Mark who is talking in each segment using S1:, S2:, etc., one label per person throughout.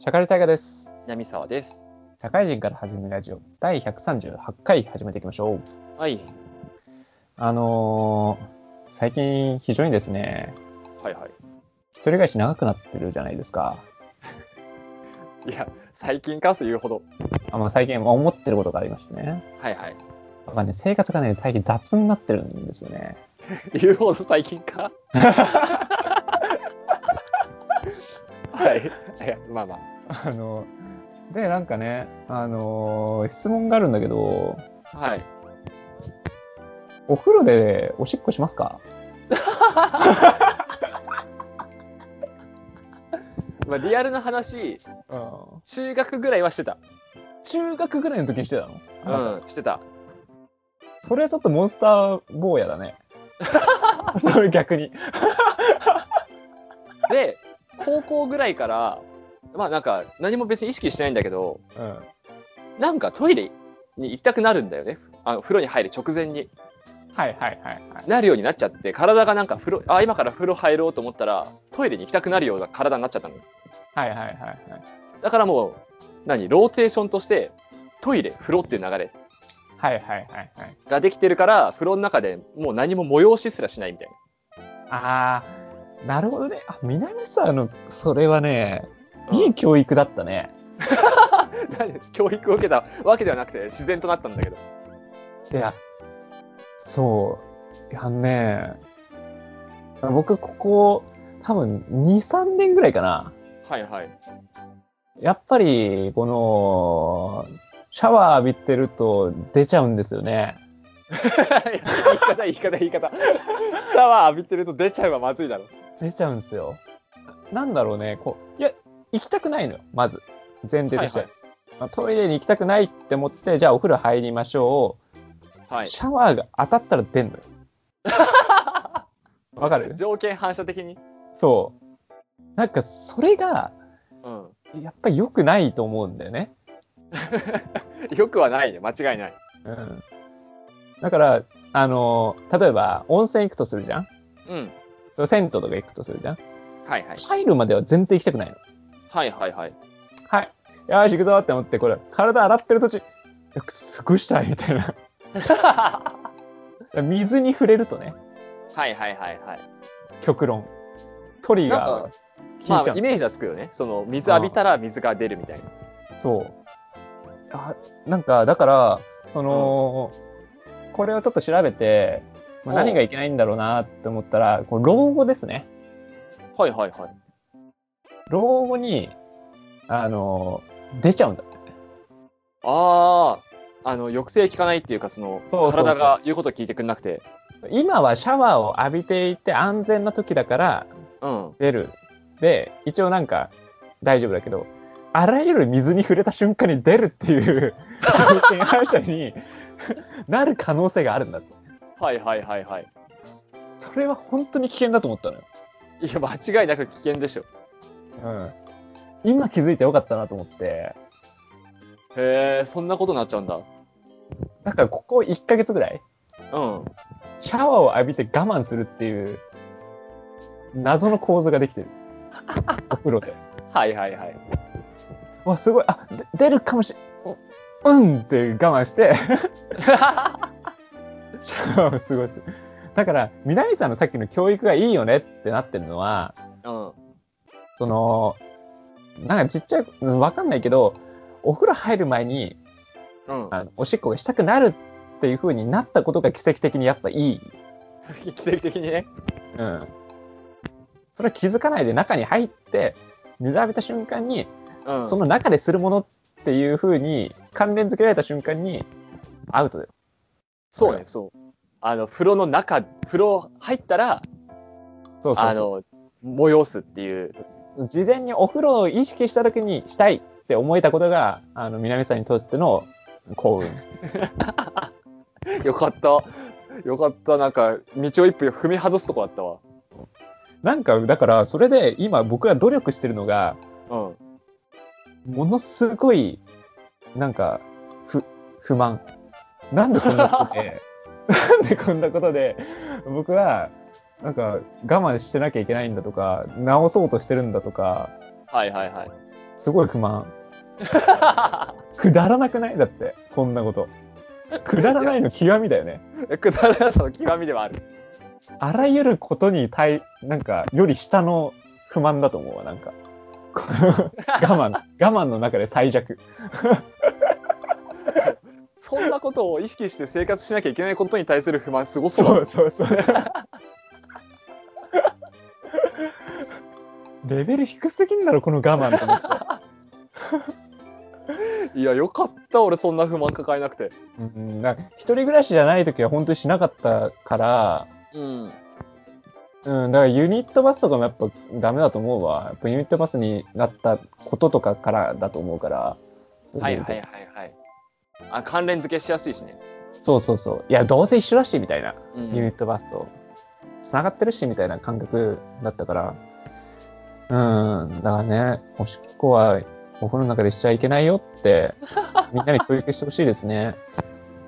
S1: 社会大河です。
S2: 南沢です。
S1: 社会人から始めるラジオ第138回始めていきましょう。
S2: はい。
S1: あのー最近非常にですね、
S2: はいは
S1: 一人暮らし長くなってるじゃないですか。
S2: い。いや、最近かというほど。
S1: あまあ、最近まあ思ってることがありましてね。
S2: はいはい。
S1: まあね、生活がね、最近雑になってるんですよね。
S2: 言うほど最近 かはい。いや、まあまあ。
S1: あの、で、なんかね、あのー質問があるんだけど、
S2: はい。
S1: お風呂でおしっこしますか
S2: まあ、リアルな話、
S1: うん。
S2: 中学ぐらいはしてた。
S1: 中学ぐらいの時にしてたの
S2: うん、してた。
S1: それはちょっとモンスター坊やだ ね。それ逆に。
S2: で、高校ぐらいから、まあなんか、何も別に意識してないんだけど、
S1: うん。
S2: なんかトイレに行きたくなるんだよね。あの風呂に入る直前に
S1: はいはいはいはい。
S2: なるようになっちゃって、体がなんか風呂、あ、今から風呂入ろうと思ったら、トイレに行きたくなるような体になっちゃったの。
S1: はいはいはいはい。
S2: だからもう、何、ローテーションとして、トイレ、風呂っていう流れ
S1: はいはいはいはい。
S2: ができてるから、風呂の中でもう何も催しすらしないみたい
S1: あー、なるほどね。あ、南沢の、それはね、
S2: うん
S1: いい教育だったね。
S2: な。何 教育を受けたわけではなくて、自然となったんだけど。
S1: いや、そう。いやね、僕ここ、多分2、3年ぐらいかな。
S2: はいはい。
S1: やっぱり、この、シャワー浴びてると出ちゃうんですよね。
S2: 言い方、言い方、言い方。シャワー浴びてると出ちゃえばまずいだろ。
S1: 出ちゃうんですよ。なんだろうね、こう、いや、行きたくないのよ、まず。前提として。
S2: はい
S1: まあトイレに行きたくないって思って、じゃあお風呂入りましょう。
S2: はい。
S1: シャワーが当たったら出 んのよ。わかる
S2: 条件反射的に。
S1: そう。なんか、それが、
S2: うん。
S1: やっぱり良くないと思うんだよね。
S2: よくはないね。間違いない。
S1: うん。だから、あの、例えば、温泉行くとするじゃん
S2: うん。
S1: 銭湯とか行くとするじゃん
S2: はいはい。
S1: 入るまでは全然行きたくないの。
S2: はいはいはい。
S1: はい。よーし、行くぞって思って、これ、体洗ってる途中、すぐしたいみたいな。
S2: は
S1: 水に触れるとね、
S2: いはいはいはい。
S1: 極論。トリ
S2: なん
S1: ガ
S2: か
S1: ーが
S2: ま
S1: 効いちゃ
S2: あ、
S1: う。
S2: イメージはつくよね。その、水浴びたら水が出るみたいな。
S1: そう。あなんか、だから、その、これをちょっと調べて、まあ、
S2: うん
S1: 何がいけないんだろうなって思ったら、こう老後ですね。
S2: はいはいはい。
S1: 老後に、あのー出ちゃうんだって。
S2: ああ、あの、抑制効かないっていうか、その、
S1: そうそうそう
S2: 体が言うことを聞いてくれなくて。
S1: 今はシャワーを浴びていて安全な時だから
S2: うん。
S1: 出る。で、一応なんか大丈夫だけど、あらゆる水に触れた瞬間に出るっていう条件反射になる可能性があるんだって。
S2: はいはいはいはい。
S1: それは本当に危険だと思ったのよ。
S2: いや、間違いなく危険でしょ。
S1: うん。今気づいてよかったなと思って、
S2: へえ、そんなことになっちゃうんだ。
S1: だからここ1ヶ月ぐらい、
S2: うん。
S1: シャワーを浴びて我慢するっていう、謎の構図ができてる。お風呂で。
S2: はいはいはい。
S1: わ、すごい、あ、で出るかもしれん、うんって我慢して、シャワーを過ごす。だから、南さんのさっきの教育がいいよねってなってるのは、
S2: うん。
S1: その、なんかちっちゃい、うんわかんないけど、お風呂入る前に、
S2: うん。
S1: あのおしっこがしたくなるっていう風になったことが奇跡的にやっぱいい。
S2: 奇跡的にね。
S1: うん。それは気づかないで中に入って、水浴びた瞬間に、
S2: うん。
S1: その中でするものっていう風に関連付けられた瞬間に、アウトだよ。
S2: そうね、そう。あの、風呂の中、風呂入ったら、
S1: そうそうそう。
S2: あの、催すっていう。
S1: 事前にお風呂を意識した時にしたいって思えたことがあの南さんにとっての幸運
S2: よかった。よかった。なんか、道を一歩踏み外すとこだったわ。
S1: なんかだからそれで今僕が努力してるのが
S2: うん。
S1: ものすごいなんか不不満 なんでこんなことでなんでこんなことで僕はなんか我慢してなきゃいけないんだとか直そうとしてるんだとか
S2: はいはいはい。
S1: すごい不満くだらなくないだってそんなことくだらないの極みだよね
S2: えくだらなさの極みではある。
S1: あらゆることに対なんかより下の不満だと思うわなんか この我慢我慢の中で最弱
S2: そんなことを意識して生活しなきゃいけないことに対する不満すごそうだ
S1: そうそうそうそうレベル低すぎんだろこの我慢と思って
S2: いや、よかった、俺そんな不満抱えなくて。
S1: うんなんか一人暮らしじゃない時は本当にしなかったから
S2: うん。
S1: うん、だからユニットバスとかもやっぱダメだと思うわ。やっぱユニットバスになったこととかからだと思うから。
S2: はいはいはいはい。あ、関連付けしやすいしね。
S1: そうそうそう。いや、どうせ一緒だし、みたいな。
S2: う
S1: ユニットバスと。繋がってるし、みたいな感覚だったから。うん、だからね、おしっこはお風呂の中でしちゃいけないよ って、みんなに教育してほしいですね。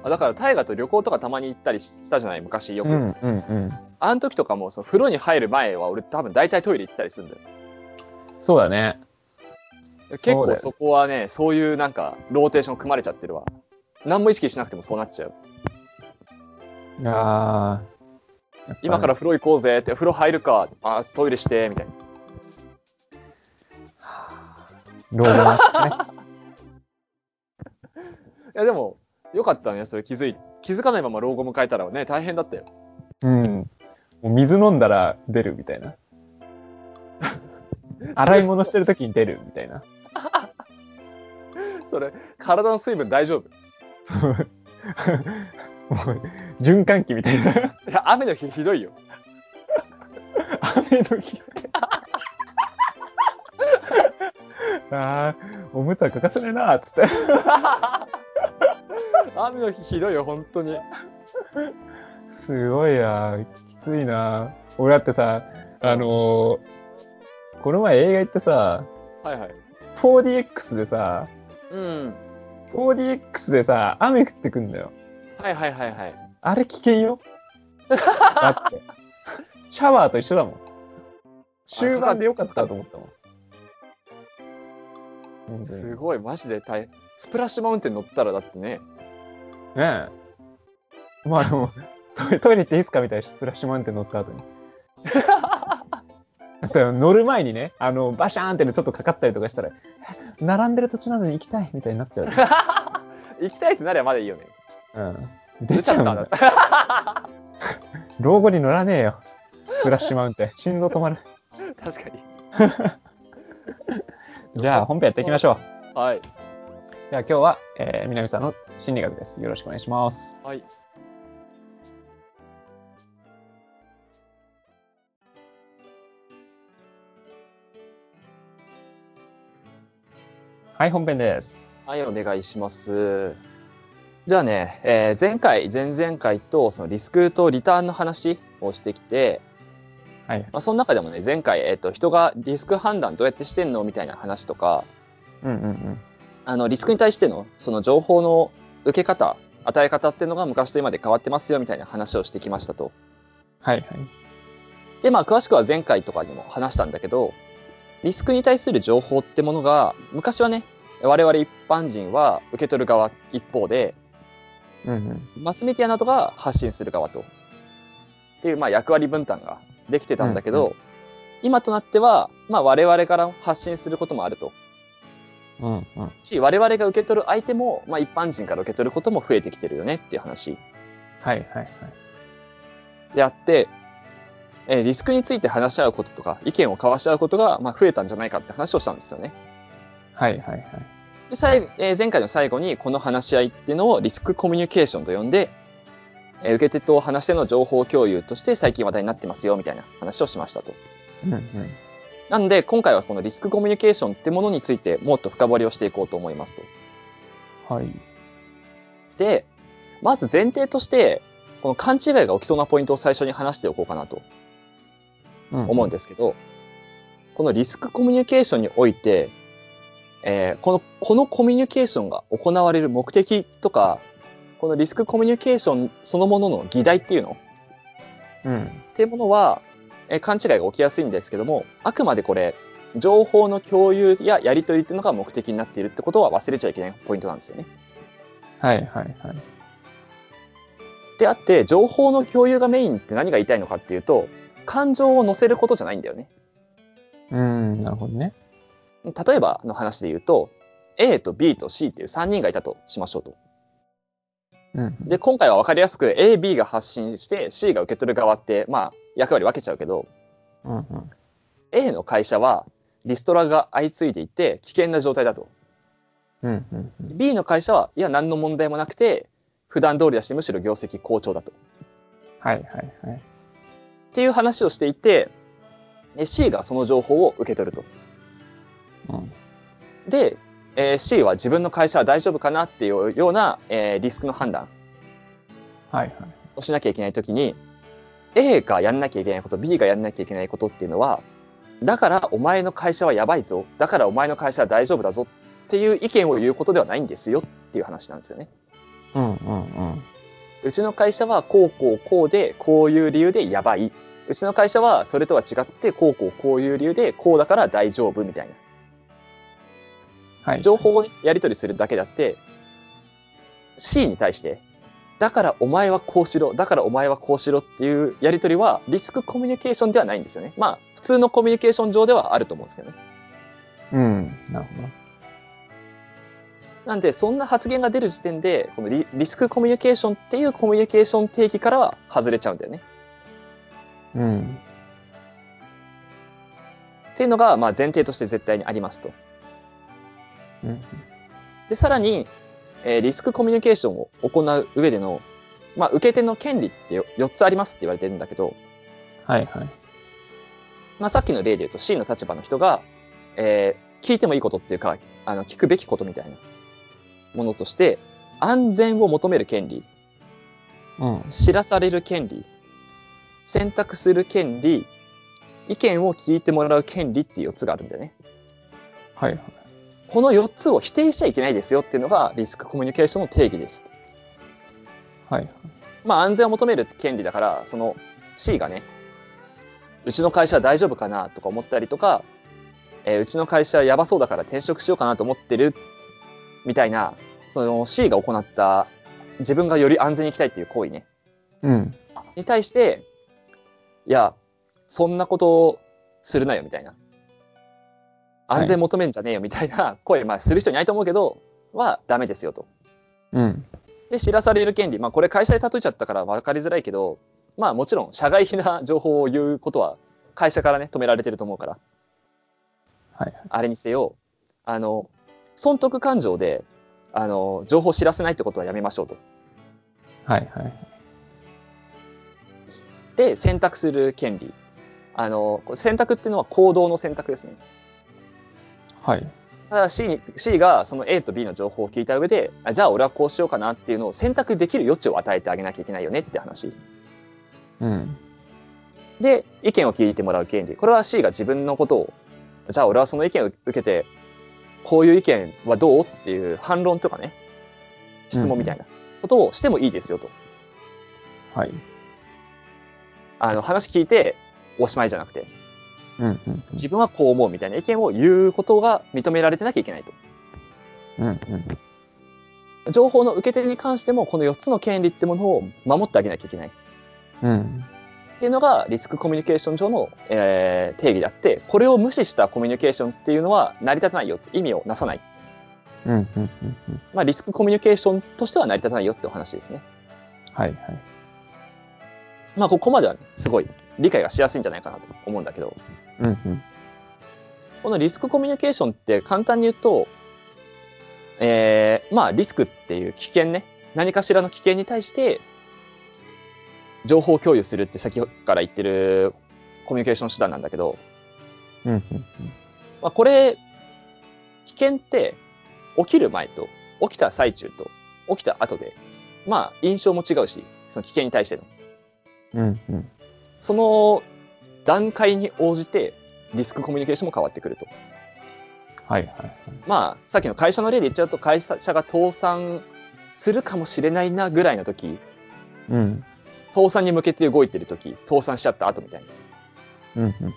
S2: あだから大河と旅行とかたまに行ったりしたじゃない昔よ
S1: う
S2: く、
S1: ん、うん、うん。
S2: あの時とかもその風呂に入る前は俺多分大体トイレ行ったりするんだよ
S1: そうだね。
S2: 結
S1: そうだよね
S2: 構そこはねそういうなんかローテーション組まれちゃってるわ何も意識しなくてもそうなっちゃう
S1: いやーやっぱね
S2: 今から風呂行こうぜって風呂入るかあトイレしてみたいな
S1: 老後なんですね。
S2: いやでもよかったねそれ気づい気づかないまま老後迎えたらね大変だったよ
S1: うん。もう水飲んだら出るみたいな。洗い物してる時に出るみたいな。
S2: それ体の水分大丈夫
S1: そうもう循環器みたいな。
S2: いや雨の日ひどいよ
S1: 雨の日。ああ、おむつは欠かせないなーっつって。
S2: 雨の日ひどいよ本当に
S1: すごいなーきついなー俺だってさ、あのーこの前映画行ってさ、
S2: はいはい
S1: 4DX でさ、
S2: うん
S1: 4DX でさ、雨降ってくんだよ。
S2: はいはいはいはい
S1: あれ危険 よ。だって。シャワーと一緒だもん。終盤でよかったと思ったもん。本当に
S2: すごい、マジで大変。スプラッシュマウンテン乗ったらだってね、
S1: ねえ。まあでも、トイトイレ行っていいですかみたいなスプラッシュマウンテン乗った後 に。だって乗る前にね、あの、バシャーンってねちょっとかかったりとかしたら、え並んでる途中なのに行きたいみたいになっちゃう。
S2: 行きたいってなればまだいいよね。
S1: うん。出ちゃうんだ。老後に乗らねえよ。スプラッシュマウンテン。心臓止まる。
S2: 確かに。
S1: じゃあ本編やっていきましょう。
S2: はい。
S1: じゃあ今日は、えー、南さんの心理学です。よろしくお願いします。
S2: はい。
S1: はい、本編です。
S2: はい、お願いします。じゃあね、えー前回、前々回と、そのリスクとリターンの話をしてきて、
S1: はい。
S2: まあ、その中でもね、前回、えっと人がリスク判断どうやってしてんのみたいな話とか、
S1: うんうんうん。
S2: あのリスクに対してのその情報の受け方、与え方っていうのが昔と今で変わってますよみたいな話をしてきましたと。
S1: はいはい。
S2: でまあ詳しくは前回とかにも話したんだけどリスクに対する情報ってものが昔はね我々一般人は受け取る側一方で
S1: うんうん。
S2: マスメディアなどが発信する側とっていうまあ役割分担ができてたんだけど、
S1: うん
S2: 今となっては、まあ、我々から発信することもあると
S1: うんうん。
S2: し我々が受け取る相手も、まあ、一般人から受け取ることも増えてきてるよねっていう話
S1: はいはいはい。
S2: であって、えーリスクについて話し合うこととか意見を交わし合うことが、まあ、増えたんじゃないかって話をしたんですよね。
S1: はいはいはい。
S2: で最後えー前回の最後にこの話し合いっていうのをリスクコミュニケーションと呼んで、えー受け手と話しての情報共有として最近話題になってますよみたいな話をしましたと。
S1: うんうん。
S2: なので今回はこのリスクコミュニケーションってものについてもっと深掘りをしていこうと思いますと。
S1: はい。
S2: でまず前提としてこの勘違いが起きそうなポイントを最初に話しておこうかなと思うん
S1: で。
S2: ですけど、このリスクコミュニケーションにおいて、えーこのこのコミュニケーションが行われる目的とかこのリスクコミュニケーションそのものの議題っていうの
S1: うん。
S2: っていうものは、えー勘違いが起きやすいんですけどもあくまでこれ情報の共有ややり取りっていうのが目的になっているってことは忘れちゃいけないポイントなんですよね。
S1: はいはいはい。
S2: であって情報の共有がメインって何が言いたいのかっていうと感情を乗せることじゃないんだよね。
S1: うん、なるほどね。
S2: 例えばの話で言うと A と B と C っていう3人がいたとしましょうと。
S1: うん。
S2: で今回は分かりやすく AB が発信して C が受け取る側ってまあ役割分けちゃうけど
S1: うんうん。
S2: A の会社はリストラが相次いでいて危険な状態だと。
S1: うんうんうん。
S2: B の会社はいや何の問題もなくて普段通りだしむしろ業績好調だと。
S1: はいはいはい。
S2: っていう話をしていてで C がその情報を受け取ると。
S1: うん。
S2: で、えー C は自分の会社は大丈夫かなっていうような、えーリスクの判断
S1: はいはい。
S2: をしなきゃいけないときに A がやんなきゃいけないこと B がやんなきゃいけないことっていうのはだからお前の会社はやばいぞだからお前の会社は大丈夫だぞっていう意見を言うことではないんですよっていう話なんですよね。
S1: うんうんうん。
S2: うちの会社はこうこうこうでこういう理由でやばい。うちの会社はそれとは違ってこうこうこういう理由でこうだから大丈夫みたい
S1: は。
S2: ない情報をねやり取りするだけだって C に対してだからお前はこうしろだからお前はこうしろっていうやり取りはリスクコミュニケーションではないんですよね。まあ普通のコミュニケーション上ではあると思うんですけどね。
S1: うん。なるほど。
S2: なんでそんな発言が出る時点でこのリリスクコミュニケーションっていうコミュニケーション定義からは外れちゃうんだよね。
S1: うん。
S2: っていうのがまあ前提として絶対にありますと。
S1: うん。
S2: でさらに、えーリスクコミュニケーションを行う上での、まあ、受け手の権利ってよ4つありますって言われてるんだけど、
S1: はいはい。
S2: まあ、さっきの例で言うと C の立場の人が、えー聞いてもいいことっていうかあの聞くべきことみたいなものとして安全を求める権利
S1: うん。
S2: 知らされる権利選択する権利意見を聞いてもらう権利っていう4つがあるんだよね。
S1: はいはい。
S2: この4つを否定しちゃいけないですよっていうのがリスクコミュニケーションの定義です。
S1: はいはい。
S2: まあ、安全を求める権利だからその C がねうちの会社は大丈夫かなとか思ったりとか、えーうちの会社はやばそうだから転職しようかなと思ってるみたいなその C が行った自分がより安全に行きたいっていう行為ね
S1: うん。
S2: に対していやそんなことをするなよみたいな
S1: はい
S2: 安全求めんじゃねえよみたいな声、まあ、する人いないと思うけどはダメですよと。
S1: うん。
S2: で知らされる権利、まあ、これ会社で例えちゃったから分かりづらいけど、まあ、もちろん社外的な情報を言うことは会社からね止められてると思うから
S1: はいはい。
S2: あれにせよあの損得感情であの情報を知らせないってことはやめましょうと。
S1: はいはい。
S2: で選択する権利あのこれ選択っていうのは行動の選択ですね。
S1: はい。
S2: ただ C, に C がその A と B の情報を聞いた上であじゃあ俺はこうしようかなっていうのを選択できる余地を与えてあげなきゃいけないよねって話。
S1: うん。
S2: で意見を聞いてもらう権利これは C が自分のことをじゃあ俺はその意見を受けてこういう意見はどうっていう反論とかね質問みたいなことをしてもいいですよと、
S1: はい。
S2: あの話聞いておしまいじゃなくて
S1: うんうん
S2: 自分はこう思うみたいな意見を言うことが認められてなきゃいけないと
S1: うん。うんうん。
S2: 情報の受け手に関してもこの4つの権利ってものを守ってあげなきゃいけない
S1: うん。
S2: っていうのがリスクコミュニケーション上の、えー定義であってこれを無視したコミュニケーションっていうのは成り立たないよ意味をなさない
S1: うんうんうんうん。
S2: まあ、リスクコミュニケーションとしては成り立たないよってお話ですね。
S1: はいはい。
S2: まあ、ここまでは、ね、すごい理解がしやすいんじゃないかなと思うんだけど、
S1: うんうん。
S2: このリスクコミュニケーションって簡単に言うと、えー、まあ、リスクっていう危険ね、何かしらの危険に対して、情報共有するって先から言ってるコミュニケーション手段なんだけど、
S1: うんうんうん。
S2: まあ、これ、危険って起きる前と、起きた最中と、起きた後で、まあ、印象も違うし、その危険に対しての。
S1: うんうん。
S2: その段階に応じてリスクコミュニケーションも変わってくると。
S1: はいはい。
S2: まあ、さっきの会社の例で言っちゃうと、会社が倒産するかもしれないなぐらいの時、
S1: うん。
S2: 倒産に向けて動いてる時倒産しちゃった後みたいな。
S1: うんうんうん。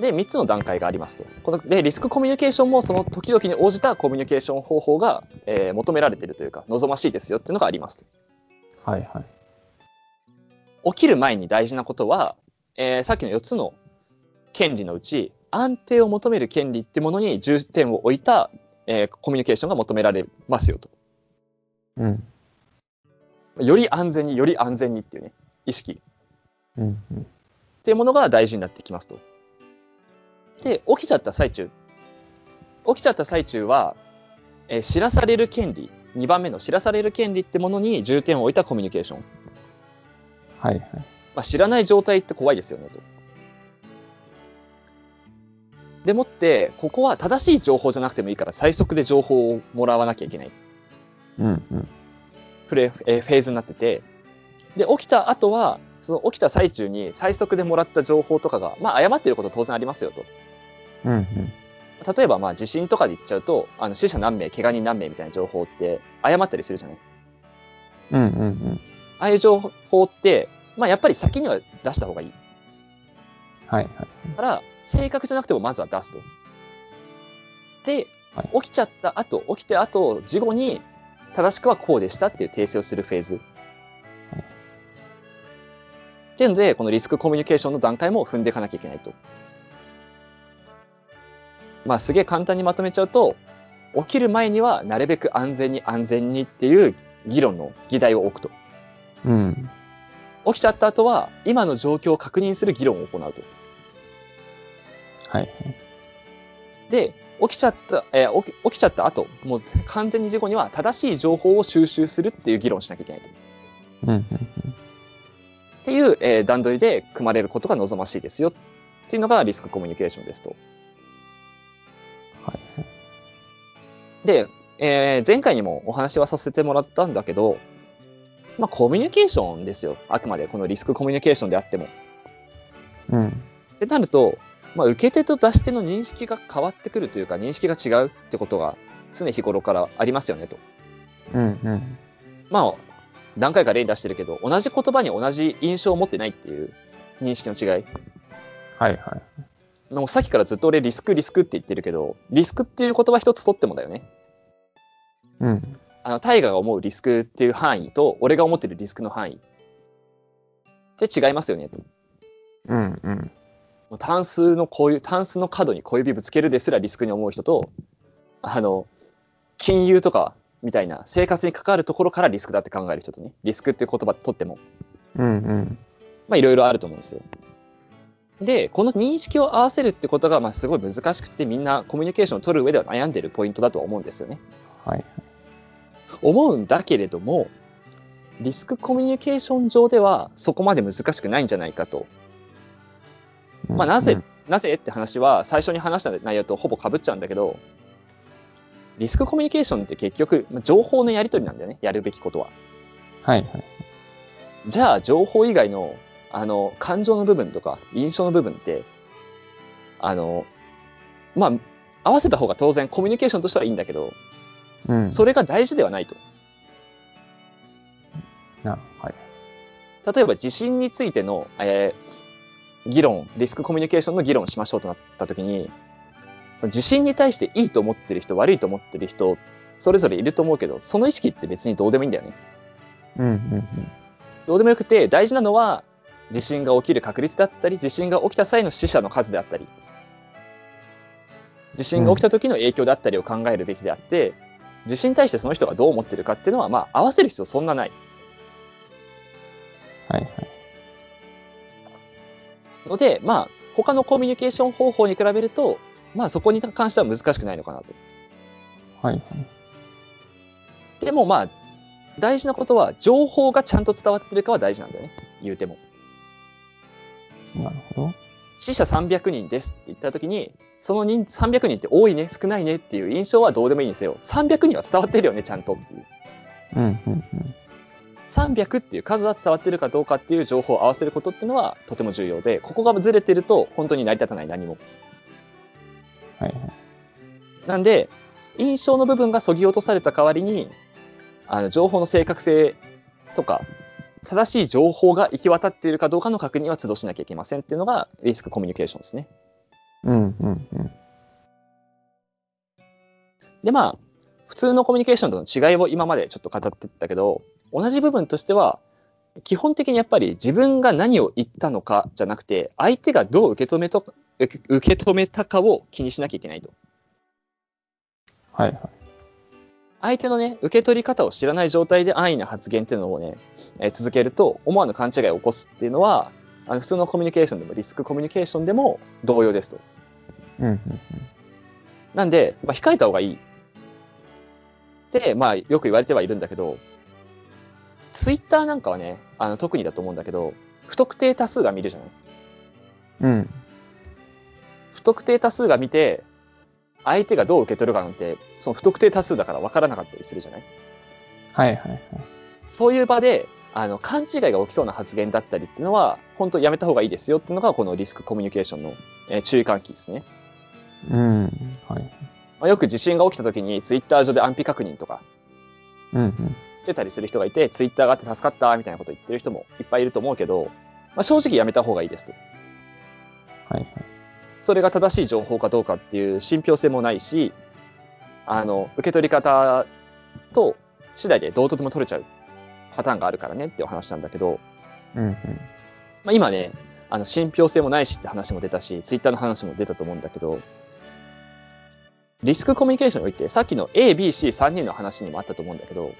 S2: で、3つの段階がありますと。こので、リスクコミュニケーションもその時々に応じたコミュニケーション方法が、えー求められてるというか、望ましいですよっていうのがありますと。
S1: はいはい。
S2: 起きる前に大事なことは、えーさっきの4つの権利のうち安定を求める権利ってものに重点を置いた、えーコミュニケーションが求められますよと
S1: うん。
S2: より安全により安全にっていうね意識っ
S1: うんうん。
S2: ていうものが大事になってきますとで起きちゃった最中起きちゃった最中は、えー知らされる権利2番目の知らされる権利ってものに重点を置いたコミュニケーション、
S1: はいはい。
S2: まあ、知らない状態って怖いですよねと。でもってここは正しい情報じゃなくてもいいから最速で情報をもらわなきゃいけない
S1: うんうん。
S2: フレ、えーフェーズになっててで起きた後はその起きた最中に最速でもらった情報とかが、まあ、誤っていること当然ありますよと
S1: うんうん。
S2: 例えばまあ地震とかで言っちゃうとあの死者何名怪我人何名みたいな情報って誤ったりするじゃない
S1: うんうんうん。
S2: ああいう情報って、まあ、やっぱり先には出した方がいい
S1: はいはい。
S2: から正確じゃなくてもまずは出すと。で
S1: はい、
S2: 起きちゃった後、起きて後、事後に正しくはこうでしたっていう訂正をするフェーズ。っていうので、このリスクコミュニケーションの段階も踏んでいかなきゃいけないと。まあ、すげえ簡単にまとめちゃうと、起きる前にはなるべく安全に安全にっていう議論の議題を置くと。
S1: うん。
S2: 起きちゃった後は、今の状況を確認する議論を行うと。
S1: はいはい。
S2: で起きちゃった、えー起き起きちゃった後もう完全に事故には正しい情報を収集するっていう議論をしなきゃいけないと
S1: うんうん
S2: っていう、えー段取りで組まれることが望ましいですよっていうのがリスクコミュニケーションですと。
S1: はいはい。
S2: で、えー前回にもお話はさせてもらったんだけど、まあ、コミュニケーションですよあくまでこのリスクコミュニケーションであっても。
S1: うん。
S2: ってなると、まあ、受け手と出し手の認識が変わってくるというか認識が違うってことが常日頃からありますよねと。
S1: うんうん。
S2: まあ、何回か例に出してるけど、同じ言葉に同じ印象を持ってないっていう認識の違い。
S1: はいはい。
S2: もうさっきからずっと俺リスクリスクって言ってるけど、リスクっていう言葉一つ取ってもだよね。
S1: うん。
S2: あの、大我が思うリスクっていう範囲と、俺が思ってるリスクの範囲。で違いますよねと。
S1: うんうん。
S2: もう単数のこういう、単数の角に小指ぶつけるですらリスクに思う人と、あの、金融とかみたいな生活に関わるところからリスクだって考える人とね、リスクっていう言葉取っても。
S1: うんうん。
S2: まあ、いろいろあると思うんですよ。で、この認識を合わせるってことが、まあ、すごい難しくて、みんなコミュニケーションを取る上では悩んでるポイントだとは思うんですよね。
S1: はい。
S2: 思うんだけれども、リスクコミュニケーション上ではそこまで難しくないんじゃないかと。まあなぜなぜって話は、最初に話した内容とほぼ被っちゃうんだけど、リスクコミュニケーションって結局、まあ情報のやり取りなんだよね、やるべきことは。
S1: はいはい。
S2: じゃあ情報以外のあの感情の部分とか印象の部分ってあのまあ合わせた方が当然コミュニケーションとしてはいいんだけど
S1: うん。
S2: それが大事ではないと
S1: な、はい。
S2: 例えば地震についての、えー議論リスクコミュニケーションの議論をしましょうとなった時にその地震に対していいと思ってる人悪いと思ってる人それぞれいると思うけどその意識って別にどうでもいいんだよね
S1: うんうん
S2: どうでもよくて大事なのは地震が起きる確率だったり地震が起きた際の死者の数であったり地震が起きた時の影響であったりを考えるべきであって、地震に対してその人がどう思ってるかっていうのはまあ合わせる必要そんなない
S1: はいはい。
S2: のでまあ他のコミュニケーション方法に比べるとまあそこに関しては難しくないのかなと。
S1: はいはい。
S2: でもまあ大事なことは情報がちゃんと伝わってるかは大事なんだよね言うても。
S1: なるほ
S2: 死者300人ですって言った時にその人300人って多いね少ないねっていう印象はどうでもいいにせよ300人は伝わってるよねちゃんとっていう
S1: ど。うんうんうん。
S2: 300っていう数は伝わってるかどうかっていう情報を合わせることっていうのはとても重要でここがずれてると本当に成り立たない何も
S1: はいはい。
S2: なんで印象の部分がそぎ落とされた代わりにあの情報の正確性とか正しい情報が行き渡っているかどうかの確認は都度しなきゃいけませんっていうのがリスクコミュニケーションですね。
S1: うんうんうん。
S2: でまあ普通のコミュニケーションとの違いを今までちょっと語ってったけど同じ部分としては基本的にやっぱり自分が何を言ったのかじゃなくて相手がどう受け止めと受け受け止めたかを気にしなきゃいけないと
S1: はいはい。
S2: 相手のね受け取り方を知らない状態で安易な発言っていうのをね、えー続けると思わぬ勘違いを起こすっていうのはあの普通のコミュニケーションでもリスクコミュニケーションでも同様ですと
S1: うんうん
S2: なんで、まあ、控えた方がいいって、まあ、よく言われてはいるんだけど、ツイッターなんかはね、あの特にだと思うんだけど、不特定多数が見るじゃない。
S1: うん。うん。
S2: 不特定多数が見て、相手がどう受け取るかなんて、その不特定多数だから分からなかったりするじゃない。
S1: はいはいはい。
S2: そういう場で、あの勘違いが起きそうな発言だったりっていうのは、本当やめた方がいいですよっていうのが、このリスクコミュニケーションの、えー注意喚起ですね。
S1: うん。はい。
S2: まあ、よく地震が起きた時に、ツイッター上で安否確認とか、
S1: うんうん。
S2: ってたりする人がいて、ツイッターがあって助かったみたいなこと言ってる人もいっぱいいると思うけど、まあ、正直やめた方がいいですと。
S1: はいはい。
S2: それが正しい情報かどうかっていう信憑性もないし、あの、受け取り方と次第でどうとでも取れちゃうパターンがあるからねっていうお話なんだけど、
S1: うんうん。
S2: まあ、今ね、あの、信憑性もないしって話も出たし、ツイッターの話も出たと思うんだけど、リスクコミュニケーションにおいて、さっきの A、B、C3 人の話にもあったと思うんだけど、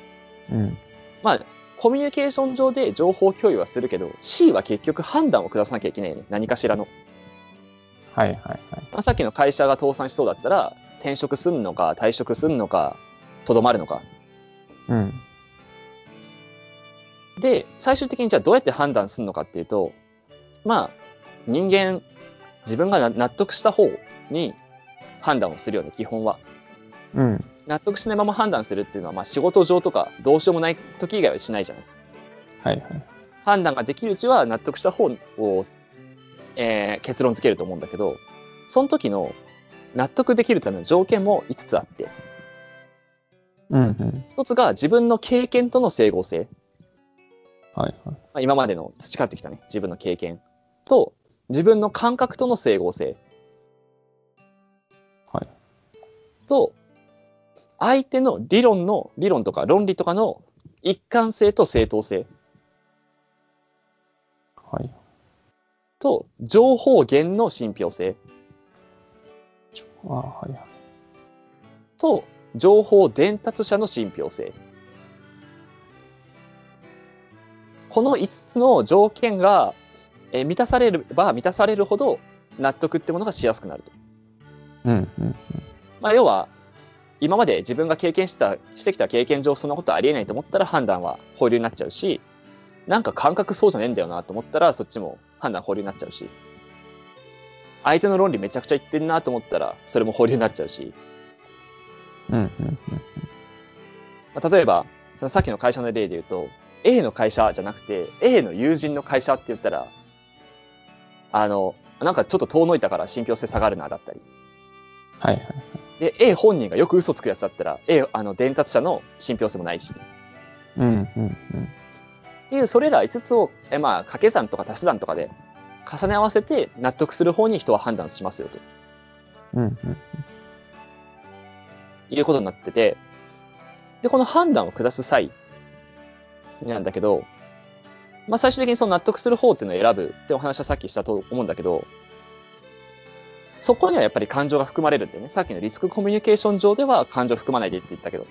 S1: うん。
S2: まあ、コミュニケーション上で情報共有はするけど、C は結局判断を下さなきゃいけないよね。何かしらの。
S1: はいはいはい。
S2: まあ、さっきの会社が倒産しそうだったら、転職すんのか、退職すんのか、とどまるのか。
S1: うん。
S2: で、最終的にじゃあどうやって判断するのかっていうと、まあ、人間、自分がな納得した方に判断をするよね、基本は。
S1: うん。
S2: 納得しないまま判断するっていうのは、まあ仕事上とかどうしようもない時以外はしないじゃん。
S1: はいはい。
S2: 判断ができるうちは納得した方を、えー結論付けると思うんだけどその時の納得できるための条件も5つあって
S1: うんうん。
S2: 1つが自分の経験との整合性、
S1: はいはい。
S2: まあ、今までの培ってきたね自分の経験と自分の感覚との整合性
S1: はい
S2: と相手の理論の理論とか論理とかの一貫性と正当性
S1: はい。
S2: と情報源の信憑性
S1: あはいはい。
S2: と情報伝達者の信憑性この5つの条件がえー満たされれば満たされるほど納得ってものがしやすくなると、
S1: うんうん。
S2: まあ、要は今まで自分が経験したしてきた経験上そんなことありえないと思ったら判断は保留になっちゃうしなんか感覚そうじゃねえんだよなと思ったらそっちも判断保留になっちゃうし相手の論理めちゃくちゃ言ってんなと思ったらそれも保留になっちゃうし
S1: うんうん
S2: まあ、例えばそのさっきの会社の例で言うと A の会社じゃなくて A の友人の会社って言ったらあのなんかちょっと遠のいたから信憑性下がるなだったり
S1: はいはい。
S2: で A 本人がよく嘘つくやつだったら A あの伝達者の信憑性もないしっ
S1: うんうんうん。
S2: ていうそれら5つをえ、まあ、掛け算とか足し算とかで重ね合わせて納得する方に人は判断しますよと
S1: うんうん。
S2: いうことになっててでこの判断を下す際なんだけど、まあ、最終的にその納得する方っていうのを選ぶってお話はさっきしたと思うんだけどそこにはやっぱり感情が含まれるんでねさっきのリスクコミュニケーション上では感情含まないでって言ったけど、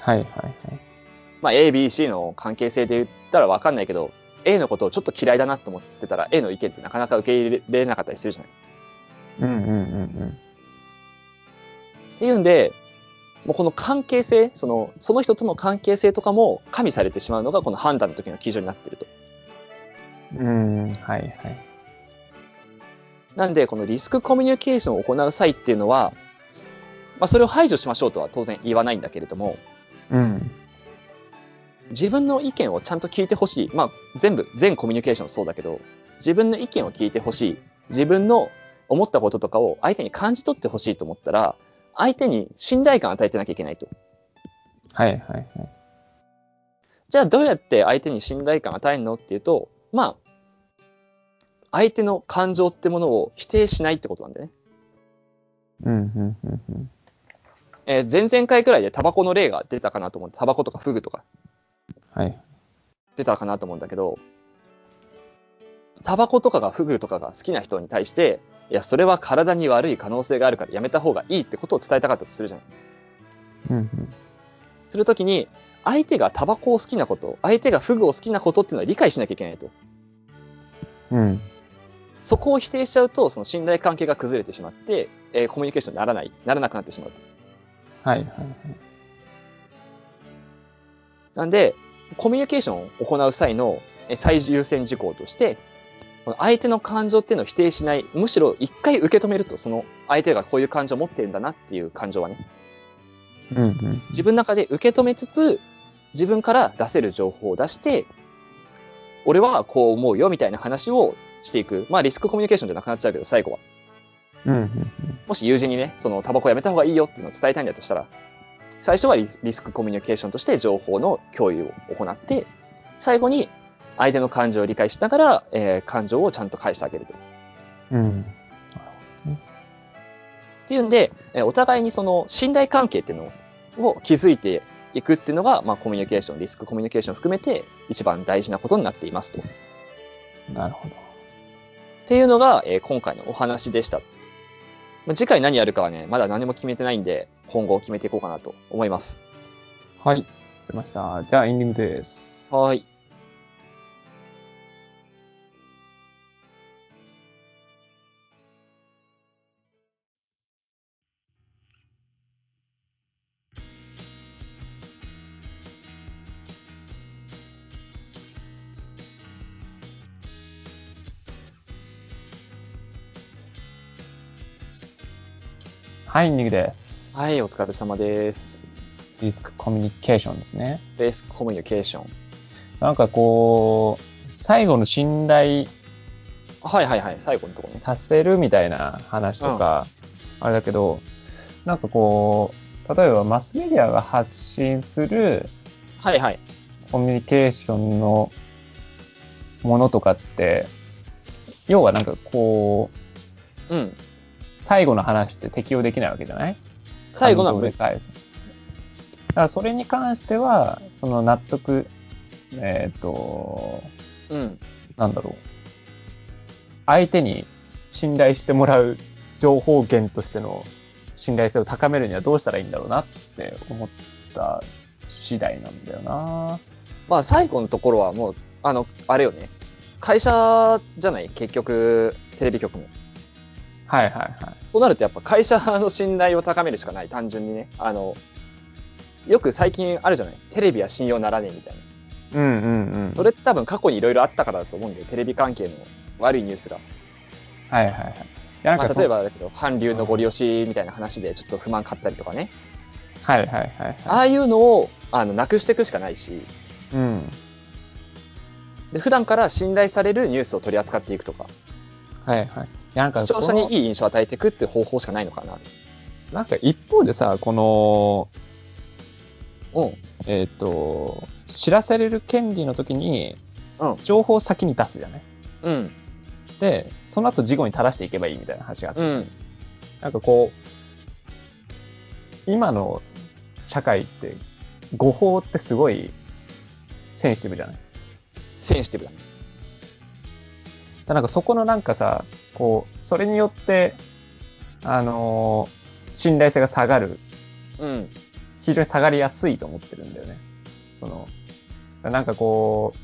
S1: はいはいはい。
S2: まあ、ABC の関係性で言ったら分かんないけど A のことをちょっと嫌いだなと思ってたら A の意見ってなかなか受け入れれなかったりするじゃない。
S1: うんうんうん
S2: っていうんでもうこの関係性そのその人との関係性とかも加味されてしまうのがこの判断の時の基準になってると
S1: うん。うん。はいはい。
S2: なんでこのリスクコミュニケーションを行う際っていうのは、まあ、それを排除しましょうとは当然言わないんだけれども
S1: うん。
S2: 自分の意見をちゃんと聞いてほしい、まあ、全部全コミュニケーションそうだけど自分の意見を聞いてほしい自分の思ったこととかを相手に感じ取ってほしいと思ったら相手に信頼感を与えてなきゃいけないと
S1: はいはいはい。
S2: じゃあどうやって相手に信頼感与えるのっていうと、まあ、相手の感情ってものを否定しないってことなんだよね。
S1: うん、うん、うん、うん。
S2: えー前々回くらいでタバコの例が出たかなと思って、タバコとかフグとか
S1: はい。
S2: 出たかなと思うんだけど、タバコとかがフグとかが好きな人に対して、いや、それは体に悪い可能性があるからやめた方がいいってことを伝えたかったとするじゃん。
S1: うん、うん。
S2: するときに、相手がタバコを好きなこと、相手がフグを好きなことっていうのは理解しなきゃいけないと。
S1: うん、
S2: そこを否定しちゃうと、その信頼関係が崩れてしまって、えーコミュニケーションにならない、ならなくなってしまう。
S1: はい、はい。
S2: なんで、コミュニケーションを行う際のえー最優先事項として、この相手の感情っていうのを否定しない、むしろ一回受け止めると、その相手がこういう感情を持ってるんだなっていう感情はね、
S1: うん、うん。
S2: 自分の中で受け止めつつ、自分から出せる情報を出して、俺はこう思うよみたいな話をしていく。まあリスクコミュニケーションじゃなくなっちゃうけど、最後は。
S1: うん、うん。
S2: もし友人にね、そのタバコやめた方がいいよっていうのを伝えたいんだとしたら、最初はリスリスクコミュニケーションとして情報の共有を行って、最後に相手の感情を理解しながら、えー感情をちゃんと返してあげると。
S1: うん。
S2: っていうんで、えーお互いにその信頼関係っていうのを築いていくっていうのが、まあ、コミュニケーション、リスクコミュニケーションを含めて一番大事なことになっていますと。っ
S1: なるほど。
S2: ていうのが、えー今回のお話でした。まあ次回何やるかはね、まだ何も決めてないんで、今後決めていこうかなと思います。
S1: はい。出ました。じゃあ、エンディングです。
S2: はーい。
S1: はい、エンディングです。
S2: はい、お疲れ様です。
S1: リスクコミュニケーションですね。
S2: レースコミュニケーション。
S1: なんかこう、最後の信頼
S2: はいはいはい、最後のところね。
S1: させるみたいな話とか、あれだけど、なんかこう、例えばマスメディアが発信する
S2: はいはい。
S1: コミュニケーションのものとかって、要はなんかこう、
S2: うん。
S1: 最後の話って適用できないわけじゃない
S2: 最後のは
S1: 感
S2: 無
S1: 情で
S2: 理。
S1: 返す。だからそれに関しては、その納得、えっ、と、
S2: うん。
S1: なんだろう。相手に信頼してもらう情報源としての信頼性を高めるにはどうしたらいいんだろうなって思った次第なんだよな。
S2: まあ最後のところはもう、あの、あれよね。会社じゃない結局、テレビ局も。
S1: はいはいはい。
S2: そうなるとやっぱ会社の信頼を高めるしかない。単純にね。あの、よく最近あるじゃないテレビは信用ならねえみたい
S1: う
S2: な。
S1: んうんうん。
S2: それって多分過去にいろいろあったからだと思うんだよ。テレビ関係の悪いニュースが。
S1: はいはいはい。いや
S2: まあ、
S1: そ
S2: 例えばだけど、韓流のご利用しみたいな話でちょっと不満買ったりとかね。
S1: はいはいはい
S2: あ
S1: はい。
S2: あいうのをあのなくしていくしかないし
S1: うん。
S2: で普段から信頼されるニュースを取り扱っていくとか
S1: はいはい。いやなんか
S2: 視聴
S1: こ
S2: 者
S1: の
S2: にいい印象を与えていくっていう方法しかないのかな
S1: なんか一方でさ、この、
S2: うん
S1: えっ、と、知らされる権利の時に
S2: うん、
S1: 情報を先に出すじゃない、
S2: うん
S1: で、その後事後に垂らしていけばいいみたいな話があって、
S2: うん
S1: なんかこう、今の社会って、誤報ってすごいセンシティブじゃない
S2: センシティブだね
S1: だからなんかそこのなんかさ、こう、それによって、あのー信頼性が下がる、
S2: うん
S1: 非常に下がりやすいと思ってるんだよね。その、なんかこ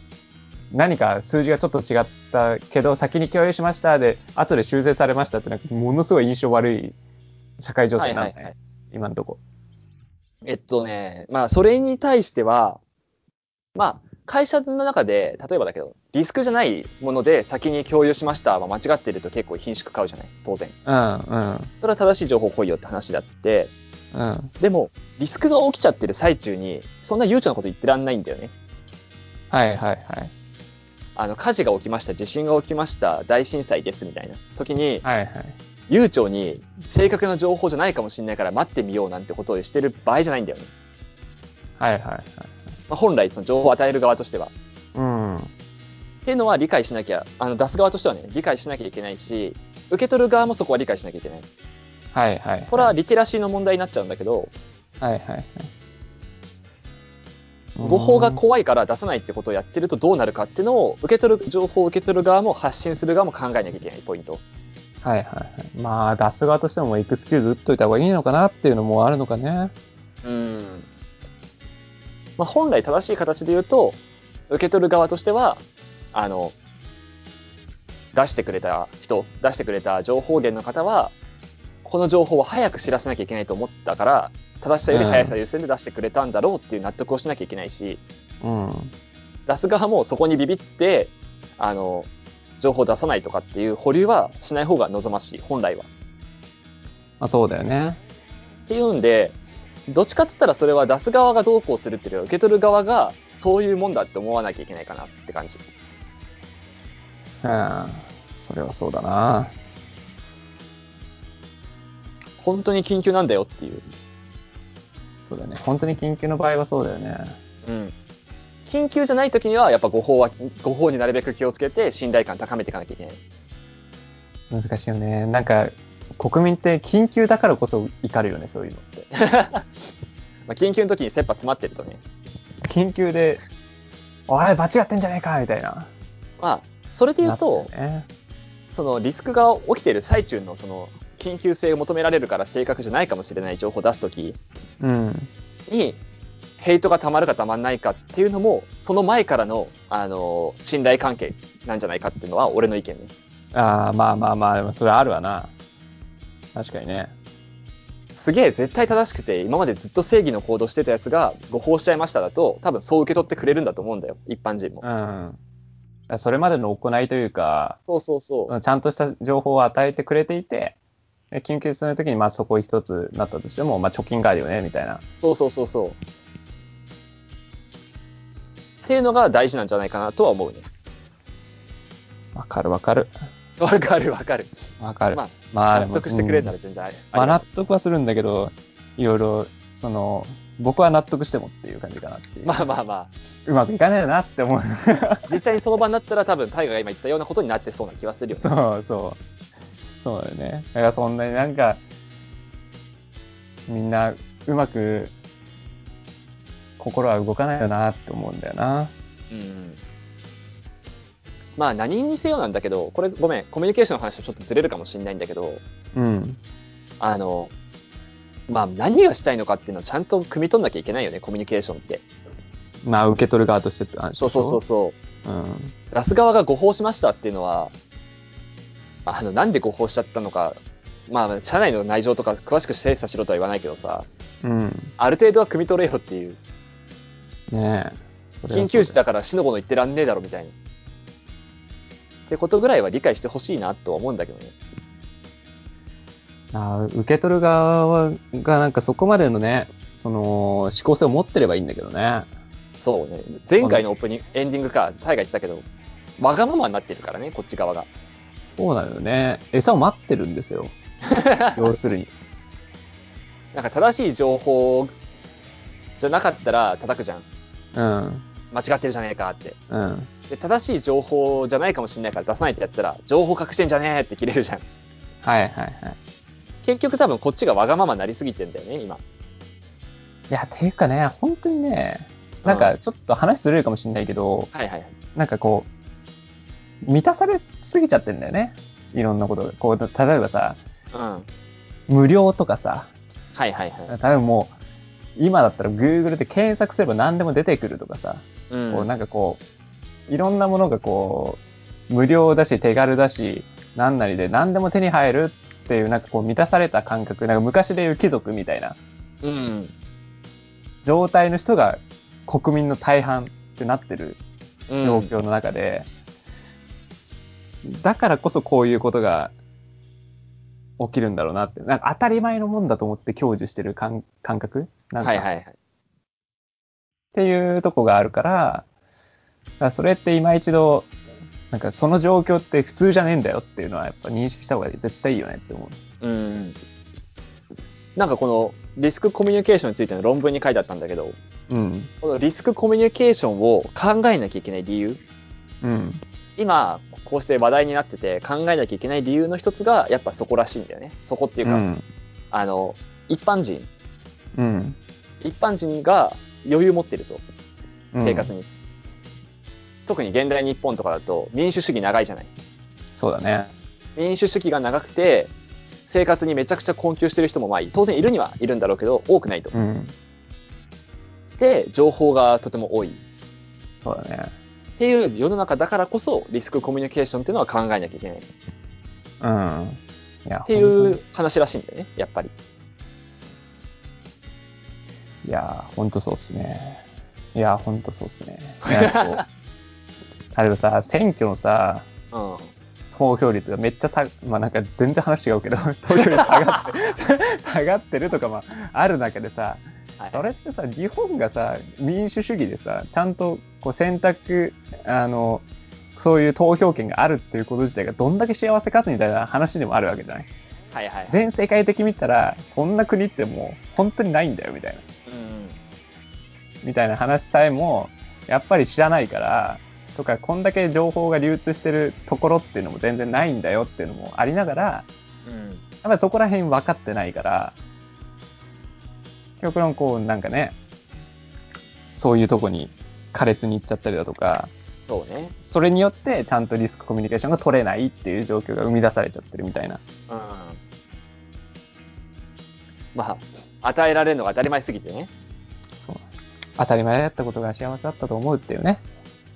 S1: う、何か数字がちょっと違ったけど、先に共有しましたで、後で修正されましたって、なんかものすごい印象悪い社会情勢なんだね、
S2: はいはいはい
S1: 今のとこ。
S2: えっとねまあそれに対してはまあ会社の中で例えばだけどリスクじゃないもので先に共有しました、まあ、間違ってると結構品種買うじゃない当然
S1: うん、うん。
S2: それは正しい情報来いよって話だって
S1: うん。
S2: でもリスクが起きちゃってる最中にそんな悠長なこと言ってらんないんだよね
S1: はいはいはい。
S2: あの火事が起きました地震が起きました大震災ですみたいな時に
S1: はいはい。
S2: 悠長に正確な情報じゃないかもしれないから待ってみようなんてことをしてる場合じゃないんだよね
S1: はいはいはい。
S2: まあ、本来その情報を与える側としては。
S1: うん。
S2: っていうのは理解しなきゃあの出す側としてはね理解しなきゃいけないし受け取る側もそこは理解しなきゃいけない
S1: はいはい。
S2: これはリテラシーの問題になっちゃうんだけど
S1: はいはいはい。
S2: 誤報が怖いから出さないってことをやってるとどうなるかっていうのを受け取る情報を受け取る側も発信する側も考えなきゃいけないポイント
S1: はいはいはい。まあ、出す側としてもエクスキューズ打っといた方がいいのかなっていうのもあるのかね。
S2: うん、まあ、本来正しい形で言うと受け取る側としてはあの出してくれた人出してくれた情報源の方はこの情報を早く知らせなきゃいけないと思ったから正しさより速さ優先で出してくれたんだろうっていう納得をしなきゃいけないし、
S1: うん。
S2: 出す側もそこにビビってあの情報を出さないとかっていう保留はしない方が望ましい本来は。
S1: あ、そうだよね。
S2: っていうんでどっちかっつったらそれは出す側がどうこうするっていうよりは受け取る側がそういうもんだって思わなきゃいけないかなって感
S1: う
S2: じ
S1: ん。それはそうだな。
S2: 本当に緊急なんだよっていう、
S1: そうだよね。本当に緊急の場合はそうだよね。
S2: うん、緊急じゃない時にはやっぱ誤報は誤報になるべく気をつけて信頼感高めていかなきゃいけない
S1: 難しいよね。なんか、国民って緊急だからこそ怒るよね、そういうのって。
S2: まあ緊急の時に切羽詰まってるとね
S1: 緊急で、おい、間違ってんじゃねえかみたいな。
S2: まあそれで言う
S1: なっ
S2: と
S1: ちゃうよね
S2: そのリスクが起きてる最中のその緊急性を求められるから正確じゃないかもしれない情報を出す時
S1: うん。
S2: にヘイトがたまるかたまんないかっていうのもその前からの、あのー信頼関係なんじゃないかっていうのは俺の意見ね
S1: ああ、まあまあまあ、でもそれあるわな。確かにね。
S2: すげえ絶対正しくて今までずっと正義の行動してたやつが誤報しちゃいましただと多分そう受け取ってくれるんだと思うんだよ一般人も
S1: うん。それまでの行いというか、
S2: そうそうそう
S1: ちゃんとした情報を与えてくれていて、で緊急するときに、まあ、そこ一つなったとしても、まあ、貯金があるよね、みたいな。
S2: そうそうそうそうっていうのが大事なんじゃないかなとは思うね
S1: わかるわかる。
S2: わかるわかる
S1: わかる。
S2: まあ
S1: ま
S2: 納得してくれるな
S1: ら、
S2: ら全然あり
S1: うんまあ、納得はするんだけど、いろいろ、その、僕は納得してもっていう感じかなっていう。
S2: まあまあま
S1: うまくいかねえなって思う。
S2: あ実際にその場になったら多分大我が今言ったようなことになってそうな気はするよね
S1: そうそう。そうだよね。だからそんなになんか、みんなうまく心は動かないよなって思うんだよな。
S2: うんまあ何にせよなんだけどこれごめんコミュニケーションの話とちょっとずれるかもしれないんだけど
S1: うん。
S2: あのまあ何がしたいのかっていうのをちゃんと汲み取んなきゃいけないよねコミュニケーションって
S1: まあ受け取る側としてって話でしょ。
S2: そうそうそうそう
S1: うん。
S2: う出す側が誤報しましたっていうのはあのなんで誤報しちゃったのかまあ社内の内情とか詳しく精査しろとは言わないけどさ
S1: うん。
S2: ある程度は汲み取れよっていう
S1: ねえ。それはそう
S2: 緊急時だから死の子の言ってらんねえだろみたいなってことぐらいは理解してほしいなとは思うんだけどね
S1: ああ受け取る側はがなんかそこまでのね、その思考性を持ってればいいんだけどね。
S2: そうね前回のオープニングエンディングかタイが言ってたけどわがままになってるからねこっち側が
S1: そうなのよね。餌を待ってるんです よ。要するに。
S2: なんか正しい情報じゃなかったら叩くじゃん
S1: うん。
S2: 間違ってるじゃねえかって
S1: うん。
S2: で正しい情報じゃないかもしれないから出さないってやったら情報隠してんじゃねえって切れるじゃん
S1: はいはいはい。
S2: 結局多分こっちがわがままになりすぎてんだよね今
S1: いや、ていうかね、本当にね、なんかちょっと話ずれるかもしれないけど、
S2: はいはいはい
S1: なんかこう、満たされすぎちゃってんだよね。いろんなことが。こう、例えばさ、
S2: うんはい
S1: 無料とかさ、
S2: はいはい
S1: 多分もう、今だったら Google で検索すれば何でも出てくるとかさ、
S2: う
S1: こうんなんかこう、いろんなものがこう、無料だし、手軽だし、何なりで何でも手に入るっていう、なんかこう満たされた感覚、なんか昔でいう貴族みたいな
S2: うん
S1: 状態の人が国民の大半ってなってる
S2: うん
S1: 状況の中で、だからこそこういうことが起きるんだろうなってなんか当たり前のもんだと思って享受してる感感覚なんか
S2: はいはいはい
S1: っていうとこがあるからだからそれって今一度なんかその状況って普通じゃねえんだよっていうのはやっぱ認識した方が絶対いいよねって思う。
S2: うんなんかこのリスクコミュニケーションについての論文に書いてあったんだけど
S1: うん。
S2: このリスクコミュニケーションを考えなきゃいけない理由
S1: うん。
S2: 今こうして話題になってて考えなきゃいけない理由の一つがやっぱそこらしいんだよねそこっていう
S1: う
S2: か、
S1: ん。
S2: あの一般人
S1: うん。
S2: 一般人が余裕持ってると生活
S1: に。
S2: に、特に現代日本とかだと民主主義長いじゃない
S1: そうだね。
S2: 民主主義が長くて生活にめちゃくちゃ困窮してる人もまあ当然いるにはいるんだろうけど多くないと、
S1: うん。
S2: で情報がとても多いっ
S1: そうだね。
S2: ていう世の中だからこそリスクコミュニケーションっていうのは考えなきゃいけないっ
S1: うん。いや、って
S2: いう。話らしいんだよねやっぱり
S1: いや、ほんとそうっすね。いや、ほんとそうっすね。なんかこうあれさ、 選挙のさ、
S2: うん
S1: 投票率がめっちゃ下まあなんか全然話違うけど 投票率下 がって下がってるとかまあある中でさ
S2: はい
S1: それってさ日本がさ民主主義でさちゃんとこう選択あのそういう投票権があるっていうこと自体がどんだけ幸せかみたいな話でもあるわけじゃない
S2: はいはい
S1: 全世界的に見たらそんな国ってもう本当にないんだよみたいな
S2: うん
S1: みたいな話さえもやっぱり知らないからとかこんだけ情報が流通してるところっていうのも全然ないんだよっていうのもありながら
S2: うん
S1: やっぱりそこら辺分かってないから、極論こう、なんかね、そういうとこに苛烈に行っちゃったりだとか、
S2: そうね
S1: それによってちゃんとリスクコミュニケーションが取れないっていう状況が生み出されちゃってるみたいな。
S2: うんまあ与えられるのが当たり前すぎ てね
S1: そう。当たり前だったことが幸せだったと思うっていうね。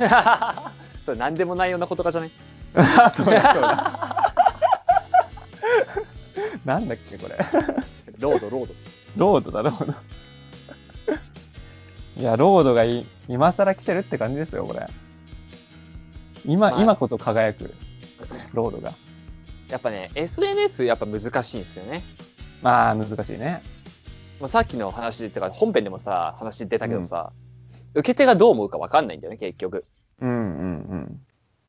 S2: そう何でもないようなことかじゃない
S1: そうだそうだ。なんだっけこれ。
S2: ロードロード
S1: ロードだ、ロード。 いや、ロードがい今更来てるって感じですよ、これ。今、
S2: まあ
S1: 今こそ輝く、ロードが。
S2: やっぱね SNS やっぱ難しいんですよね
S1: まあ、難しいね。
S2: まあ、さっきの話とか本編でもさ話出たけどさ、受け手がどう思うか分かんないんだよね結局
S1: うんうん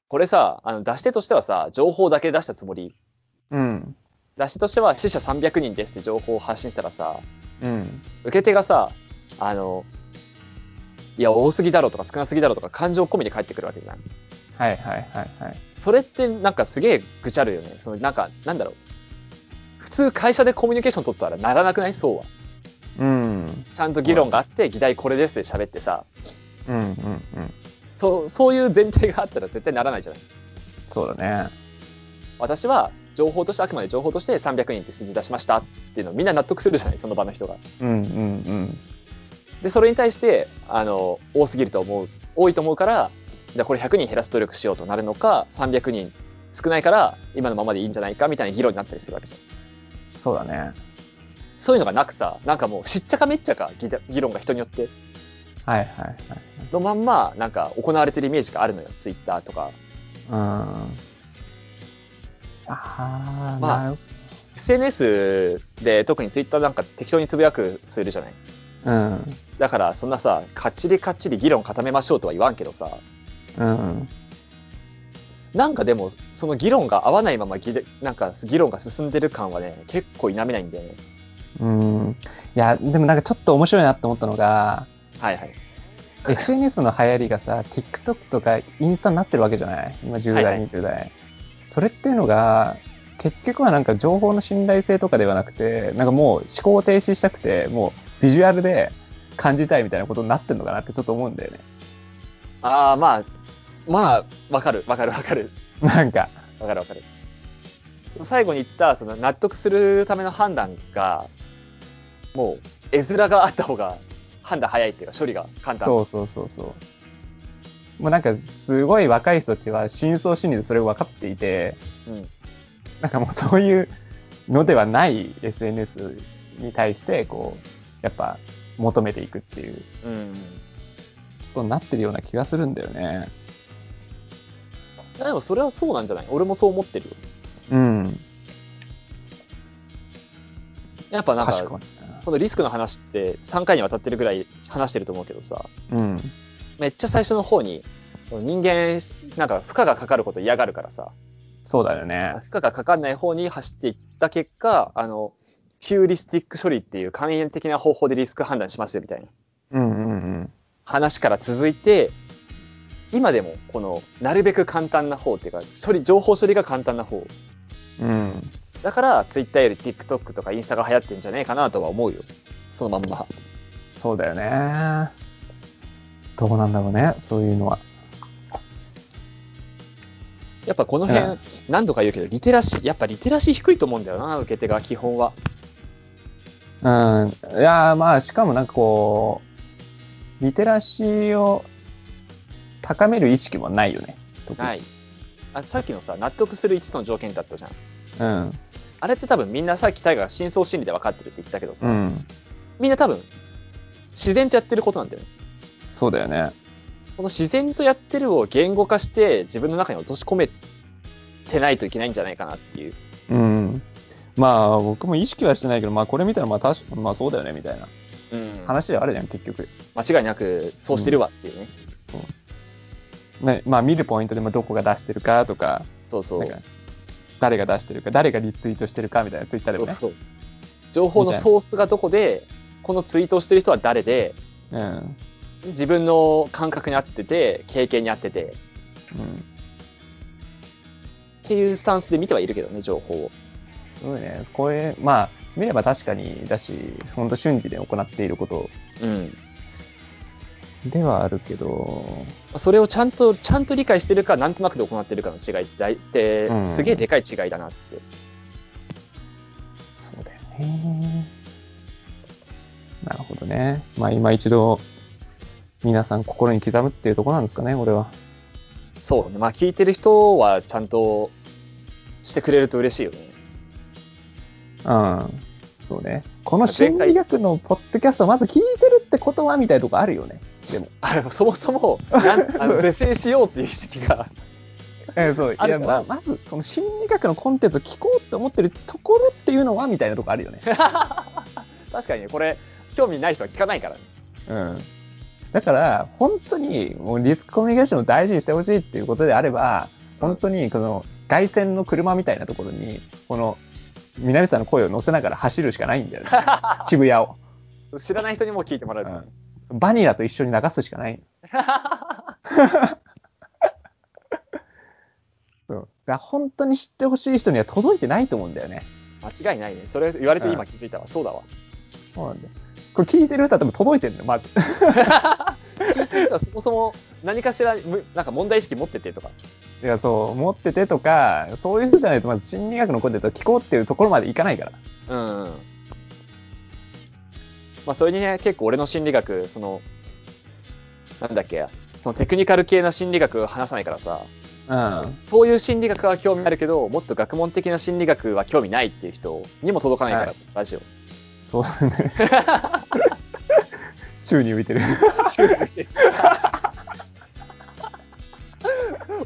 S2: これさあの出し手としてはさ情報だけ出したつもり
S1: うん。うん。
S2: 出し手としては死者300人ですって情報を発信したらさ
S1: うん。
S2: 受け手がさあのいや多すぎだろうとか少なすぎだろうとか感情込みで返ってくるわけじゃん
S1: はいはいはいはい。
S2: それってなんかすげえぐちゃるよねそのなんかなんだろう普通会社でコミュニケーション取ったらならなくないそうは
S1: うん。
S2: ちゃんと議論があって議題これですって喋ってさ
S1: うんうんうん。
S2: そうそういう前提があったら絶対ならないじゃない
S1: そうだね。
S2: 私は情報としてあくまで情報として300人って数字出しましたっていうのをみんな納得するじゃないその場の人が。
S1: うんうん
S2: でそれに対してあの多すぎると思う多いと思うからじゃあこれ100人減らす努力しようとなるのか300人少ないから今のままでいいんじゃないかみたいな議論になったりするわけじゃん。
S1: うん。そうだね。
S2: そういうのがなくさなんかもうしっちゃかめっちゃか議議論が人によって
S1: はいはいはい。
S2: のまんまなんか行われてるイメージがあるのよツイッターとか
S1: うん。ああ、
S2: まあ
S1: なる
S2: SNS で特にツイッターなんか適当につぶやくツールじゃない
S1: うん。
S2: だからそんなさかっちりかっちり議論固めましょうとは言わんけどさ
S1: うん。
S2: なんかでもその議論が合わないままぎでなんか議論が進んでる感はね結構否めないんだよね
S1: うん。いや、でもなんかちょっと面白いなって思ったのが、
S2: はいはい
S1: SNS の流行りがさ TikTok とかインスタになってるわけじゃない今10代、
S2: はいはい
S1: 20代それっていうのが結局はなんか情報の信頼性とかではなくてなんかもう思考停止したくてもうビジュアルで感じたいみたいなことになってるのかなってちょっと思うんだよね
S2: ああまあまあわかるわかるわかる
S1: なんか
S2: わかるわかる最後に言ったその納得するための判断がもう絵面があった方が判断早いっていうか処理が簡単
S1: そうそうそうそうもうなんかすごい若い人たちは深層心理でそれを分かっていて、
S2: うん
S1: なんかもうそういうのではない SNS に対してこうやっぱ求めていくっていう
S2: うん
S1: ことになってるような気がするんだよね。
S2: でもそれはそうなんじゃない俺もそう思ってるよ
S1: うん。
S2: やっぱなんか
S1: 確か
S2: このリスクの話って3回にわたってるぐらい話してると思うけどさ
S1: に。うん。
S2: めっちゃ最初の方に人間なんか負荷がかかること嫌がるからさ
S1: そうだよね。
S2: 負荷がかかんない方に走っていった結果あのヒューリスティック処理っていう簡易的な方法でリスク判断しますよみたいな
S1: うんうん
S2: 話から続いて今でもこのなるべく簡単な方っていうか処理情報処理が簡単な方
S1: うん。うん。
S2: だからツイッターより TikTok とかインスタが流行ってんじゃねえかなとは思うよそのまんま
S1: そうだよね。どうなんだろうね、そういうのは。
S2: やっぱこの
S1: う
S2: 辺
S1: ん
S2: 何度か言うけどリテラシーやっぱリテラシー低いと思うんだよな受け手が基本は
S1: うん。いやーまあ、しかもなんかこう、リテラシーを高める意識もないよね。特に
S2: ないあさっきのさ納得する5つの条件だったじゃん
S1: うん。
S2: あれって多分みんなさっきタイガーが深層心理で分かってるって言ったけどさ、
S1: うん。
S2: みんな多分自然とやってることなんだよね
S1: そうだよね。
S2: この自然とやってるを言語化して自分の中に落とし込めてないといけないんじゃないかなっていう
S1: うん。まあ、僕も意識はしてないけど、まあ、これ見たら、まあ、確かまあ、そうだよね、みたいな
S2: 話
S1: 話ではあるじゃん、結局。
S2: 間違いなくそうしてるわっていうね、
S1: ね、まあ、見るポイントで、まあ、どこが出してるかとか、
S2: そうそ
S1: な
S2: うん
S1: か、誰が出してるか、誰がリツイートしてるかみたいな、ツイッターで
S2: そ
S1: も
S2: う
S1: ね。
S2: そう情報のソースがどこでこのツイートをしてる人は誰で
S1: うん。
S2: 自分の感覚に合ってて経験に合ってて
S1: うん。
S2: っていうスタンスで見てはいるけどね情報を
S1: すごいね。これ、まあ、見れば確かにだし、本当瞬時で行っていること
S2: うん
S1: ではあるけど、
S2: それをちゃんとちゃんと理解してるかなんとなくで行ってるかの違いって大って
S1: うん
S2: すげえでかい違いだなって、
S1: そうだよね。なるほどね。まあ、今一度、皆さん心に刻むっていうところなんですかね、俺は。
S2: そうねまあ聞いてる人はちゃんとしてくれると嬉しいよね
S1: うん。そうね。この心理学のポッドキャストをまず聞いてるってことはみたいなとこあるよね。
S2: あのそもそも なんあの是正しようっていう意識が
S1: えそうい
S2: あ
S1: や
S2: るか
S1: ままずその心理学のコンテンツを聞こうって思ってるところっていうのはみたいなとこあるよね。
S2: 確かにねこれ興味ない人は聞かないからね
S1: うん、だから本当にもうリスクコミュニケーションを大事にしてほしいっていうことであれば本当にこの凱旋の車みたいなところにこの南さんの声を乗せながら走るしかないんだよね渋谷を。
S2: 知らない人にも聞いてもらう、
S1: う んバニラと一緒に流すしかないそうだから本当に知ってほしい人には届いてないと思うんだよね。
S2: 間違いないねそれ言われて今気づいたわ、そう だわ
S1: そうなんだよこれ聞いてる人は多分届いてるのよまず。
S2: 聞いてる人はそもそも何かしらむなんか問題意識持っててとか
S1: いやそう思っててとかそういう人じゃないとまず心理学のコンテンツを聞こうっていうところまでいかないから
S2: うん、うん、まあそれにね結構俺の心理学そのなんだっけそのテクニカル系な心理学話さないからさ
S1: うん
S2: そういう心理学は興味あるけどもっと学問的な心理学は興味ないっていう人にも届かないから、
S1: は
S2: ラジオ
S1: そうだね 宙に浮いてる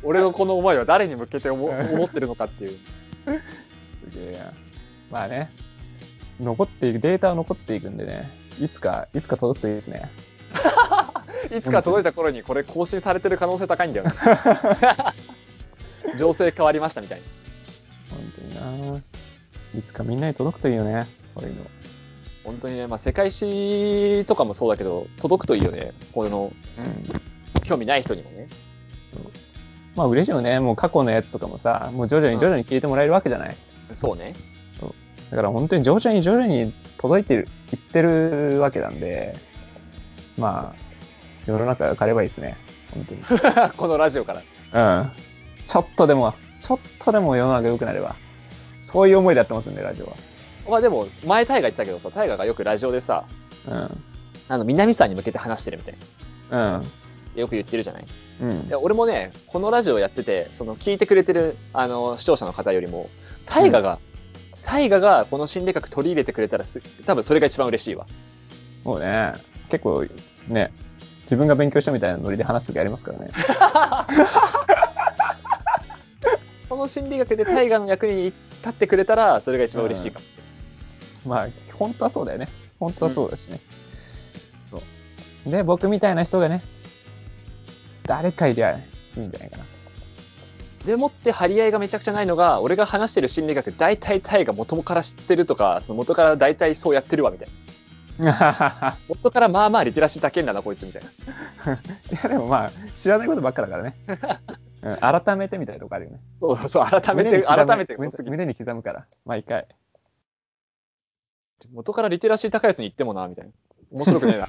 S2: 俺のこの思いは誰に向けて思思ってるのかっていう
S1: すげえやまあね残っていくデータは残っていくんでねいつかいつか届くといいですね
S2: いつか届いた頃にこれ更新されてる可能性高いんだよね情勢変わりましたみたいな
S1: 本当にないつかみんなに届くといいよねこういうの
S2: 本当にね、まあ、世界史とかもそうだけど届くといいよねこの
S1: うん
S2: 興味ない人にもね
S1: まあ嬉しいよねもう過去のやつとかもさもう徐々に徐々に聞いてもらえるわけじゃない、
S2: そう ね
S1: だから本当に徐々に徐々に届いてる、いってるわけなんで、まあ、世の中が変わればいいですね。本当に。う
S2: このラジオから
S1: ん。ちょっとでも、ちょっとでも世の中が良くなれば、そういう思いでやってますんで、ラジオ
S2: まあでも前タイガ言ってたけどさタイガがよくラジオでさ
S1: は。
S2: あの南さんに向けて話してるみたいな
S1: うん。
S2: よく言ってるじゃない
S1: うん。う
S2: い
S1: ん。
S2: や俺もねこのラジオやっててその聞いてくれてるあの視聴者の方よりもタイガが、タイガがこの心理学取り入れてくれたらす多分それが一番嬉しいわ
S1: もうね、結構、ね、自分が勉強したみたいなノリで話す時ありますから ね。
S2: この心理学でタイガの役に立ってくれたらそれが一番嬉しいかも、
S1: まあ、本当はそうだよね。本当はそうだしね。そう。で、僕みたいな人がね、誰かいりゃいいんじゃないかな。
S2: でもって張り合いがめちゃくちゃないのが俺が話してる心理学大体タイガ元から知ってるとかその元から大体そうやってるわみたいな
S1: い
S2: 元からまあまあリテラシー高いんだなこいつみたいな
S1: や、でもまあ、知らないことばっかだから ね。うん、改めてみたいなとこあるよね。
S2: そうそう改め
S1: 胸
S2: て
S1: に刻む
S2: 改めて
S1: 胸
S2: すぎ
S1: 胸に刻むから、毎回。
S2: 元からリテラシー高いやつに言ってもなみたいな面白 くねえな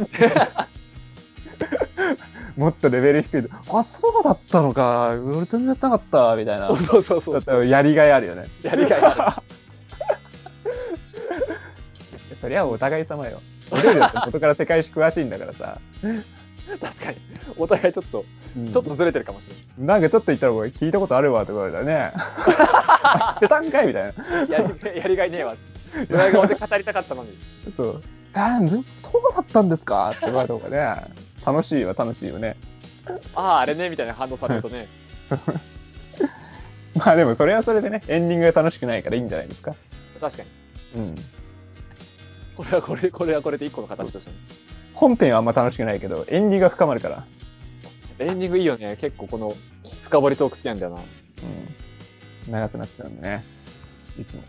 S1: もっとレベル低いと、あ、そうだったのか、俺全然やってなかった、みたいな。
S2: そうそうそう
S1: だったらやりがいあるよね。
S2: やりがいあ
S1: そりゃお互い様よ。俺よりだって元から世界史詳しいんだからさ。
S2: る確かにお互いちょっと
S1: うん
S2: ちょっとずれてるかもしれ
S1: なんかちょっと言ったら、俺聞いたことあるわってことだよね。あ知ってたんかいみたいな。
S2: ないやりやりがいねえわドラえもんで語りたかったのに
S1: そう。あーずそうだったんですかって言われた方がね。楽しいは楽しいよね。
S2: あああれねみたいな反応されるとね
S1: そうまあでもそれはそれでね、エンディングが楽しくないからいいんじゃないですか。
S2: 確かに
S1: うん。
S2: これはこれこれはこれで一個の形としてね
S1: 本編はあんま楽しくないけど、エンディングが深まるから。
S2: エンディングいいよね結構この深掘りトーク好きなんだよな
S1: うん。長くなっちゃうんでね。いつも。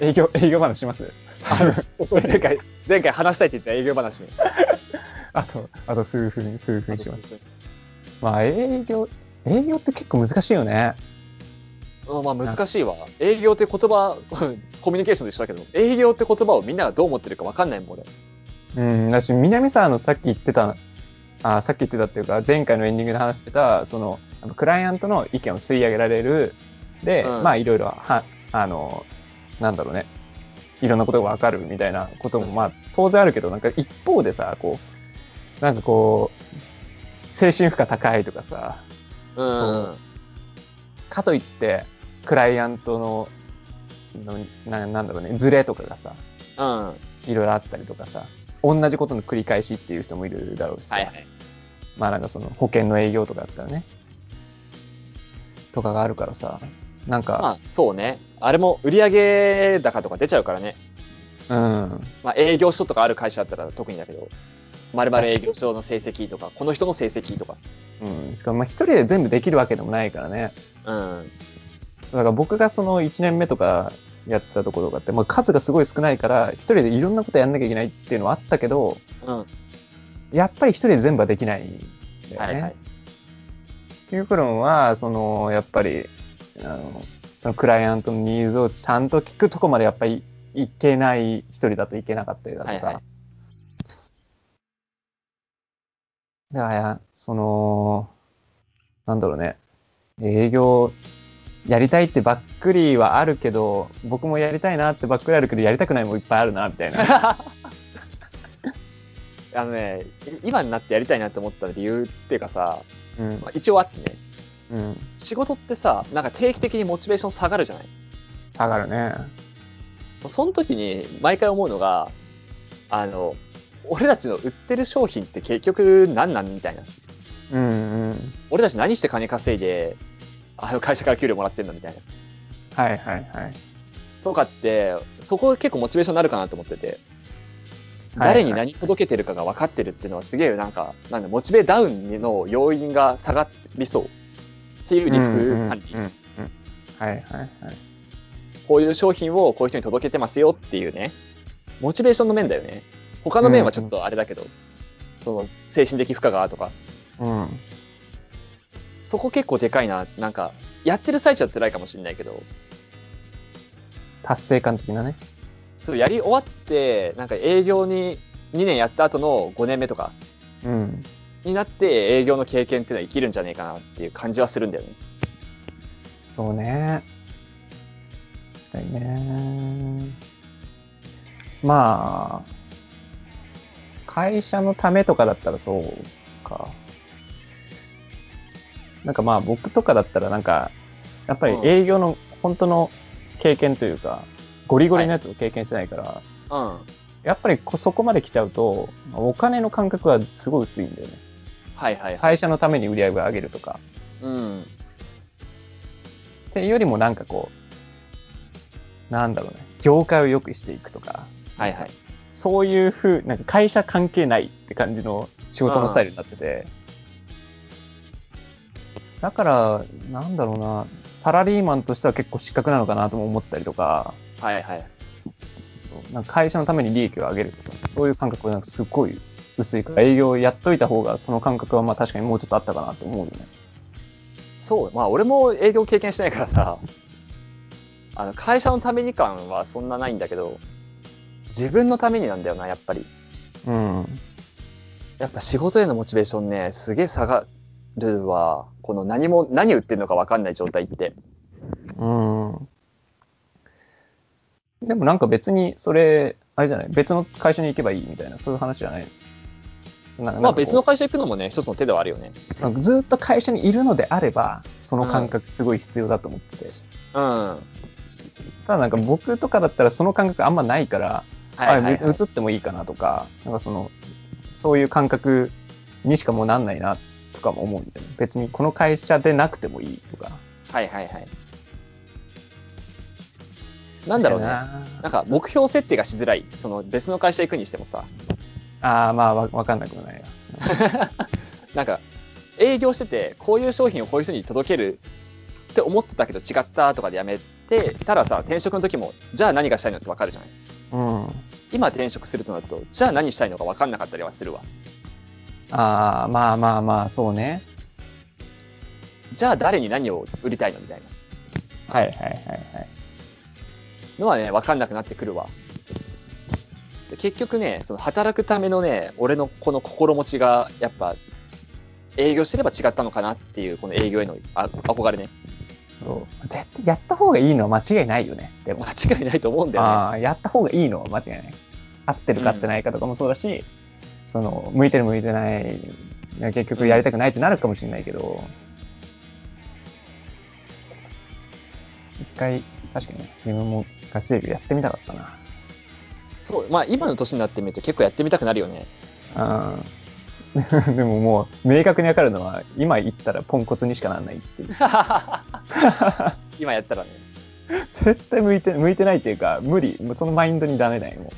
S1: 営業、営業話します
S2: そう前回前回話したいって言った営業話ね
S1: あと、あと数分、数分します。まあ営業、営業って結構難しいよね。
S2: うんまあ難しいわ営業って言葉 コミュニケーションと一緒だけど営業って言葉をみんながどう思ってるか分かんないもん俺
S1: うん、だし、南さんのさっき言ってた、あさっき言ってたっていうか、前回のエンディングで話してた、その、あのクライアントの意見を吸い上げられる、で、
S2: うん
S1: まあ、いろいろ、は、あの、なんだろうね、いろんなことがわかるみたいなことも、
S2: うん
S1: まあ、当然あるけど、なんか一方でさ、こう、なんかこう、精神負荷高いとかさ、
S2: うん
S1: かといって、クライアントの、のななんだろうね、ズレとかがさ、
S2: うん
S1: いろいろあったりとかさ同じことの繰り返しっていう人もいるだろうしさ、
S2: はいはい
S1: まあなんかその保険の営業とかだったらねとかがあるからさなんか、
S2: まあそうねあれも売上高とか出ちゃうからね
S1: うん
S2: まあ営業所とかある会社だったら特にだけど丸々営業所の成績とかこの人の成績とか
S1: うんしかもまあ一人で全部できるわけでもないからね
S2: うん
S1: だから僕がその1年目とかやってたところとかって、まあ、数がすごい少ないから一人でいろんなことやんなきゃいけないっていうのはあったけど
S2: うん
S1: やっぱり一人で全部はできないんだよね。
S2: はいはい
S1: ユークロンはそのやっぱりあのそのクライアントのニーズをちゃんと聞くとこまでやっぱりいけない一人だといけなかったりだとか、
S2: はいはい
S1: だからそのなんだろうね営業やりたいってばっくりはあるけど僕もやりたいなってばっくりあるけどやりたくないもいっぱいあるなみたい な
S2: あのね今になってやりたいなって思った理由っていうかさ、
S1: うん
S2: まあ、一応あってね
S1: うん
S2: 仕事ってさなんか定期的にモチベーション下がるじゃない
S1: 下がるね
S2: その時に毎回思うのがあの俺たちの売ってる商品って結局何なんみたいな
S1: うんうん
S2: 俺たち何して金稼いであの会社から給料もらってんのみたいな
S1: はいはいはい
S2: とかってそこ結構モチベーションになるかなと思ってて
S1: はい
S2: 誰に何届けてるかが分かってるっていうのはすげえなんかなんだモチベダウンの要因が下がりそうっていうリスク管理、
S1: うんうんうんうんはいはいはい
S2: こういう商品をこういう人に届けてますよっていうね、モチベーションの面だよね。他の面はちょっとあれだけど、その精神的負荷がとか、
S1: うん
S2: そこ結構でかいな。なんか、やってる最中は辛いかもしれないけど、
S1: 達成感的なね
S2: そうやり終わって、なんか営業に2年やった後の5年目とか
S1: うん
S2: になって営業の経験っていうのは生きるんじゃねえかなっていう感じはするんだよね。
S1: そうね確かにねまあ会社のためとかだったらそうかなんかまあ僕とかだったらなんかやっぱり
S2: うん
S1: 営業の本当の経験というかゴリゴリのやつを経験してないから、
S2: うん。
S1: やっぱりこそこまで来ちゃうとお金の感覚はすごい薄いんだよね
S2: はいはいはい。
S1: 会社のために売り上げを上げるとか
S2: うん。
S1: っていうよりもなんかこうなんだろうね業界を良くしていくとか
S2: はいはい。
S1: そういうふうなんか会社関係ないって感じの仕事のスタイルになっててだからなんだろうなサラリーマンとしては結構失格なのかなとも思ったりとか
S2: はいはい。
S1: そうなんか会社のために利益を上げるとか、そういう感覚はなんかすごい薄いから、営業をやっといた方が、その感覚はまあ確かにもうちょっとあったかなと思うよね。
S2: そうまあ俺も営業経験してないからさあの会社のために感はそんなないんだけど自分のためになんだよなやっぱり
S1: うん。
S2: やっぱ仕事へのモチベーションねすげえ下がるわこの何も何売ってるのか分かんない状態って
S1: うん。でもなんか別に、それ、あれじゃない別の会社に行けばいいみたいな、そういう話じゃないな
S2: まあ別の会社行くのもね一つの手ではあるよね
S1: なんかずっと会社にいるのであれば、その感覚すごい必要だと思ってて。
S2: うんは
S1: ただなんか僕とかだったらその感覚あんまないから、
S2: いはい、はい、
S1: あ移ってもいいかなとか、なんかその、そういう感覚にしかもうなんないなとかも思うんだよね。別にこの会社でなくてもいいとか。
S2: はいはいはいなんだろうね
S1: な
S2: なんか目標設定がしづらいその別の会社行くにしてもさ
S1: ああ、まあわわかんなくもないな。
S2: なんか営業しててこういう商品をこういう人に届けるって思ってたけど違ったとかでやめてたらさ転職の時もじゃあ何がしたいのって分かるじゃない
S1: うん。
S2: 今転職するとなるとじゃあ何したいのか分かんなかったりはするわ
S1: ああ、まあまあまあ、そうね。
S2: じゃあ誰に何を売りたいのみたいな
S1: はいはいはいはい。
S2: のはね分かんなくなってくるわで結局ねその働くためのね俺のこの心持ちがやっぱ営業してれば違ったのかなっていうこの営業へのあ憧れね
S1: そう絶対やった方がいいのは間違いないよね。でも。
S2: 間違いないと思うんだよね
S1: ああやった方がいいのは間違いない合ってるか合ってないかとかもそうだし、その向いてる向いてない結局やりたくないってなるかもしれないけど、一回確かにね自分もガチ営業やってみたかったな
S2: そうまあ今の年になってみると結構やってみたくなるよ ね
S1: あーでももう明確に分かるのは今言ったらポンコツにしかならないっていう
S2: 今やったらね
S1: 絶対向いて向いてないっていうか無理もうそのマインドにダメだよも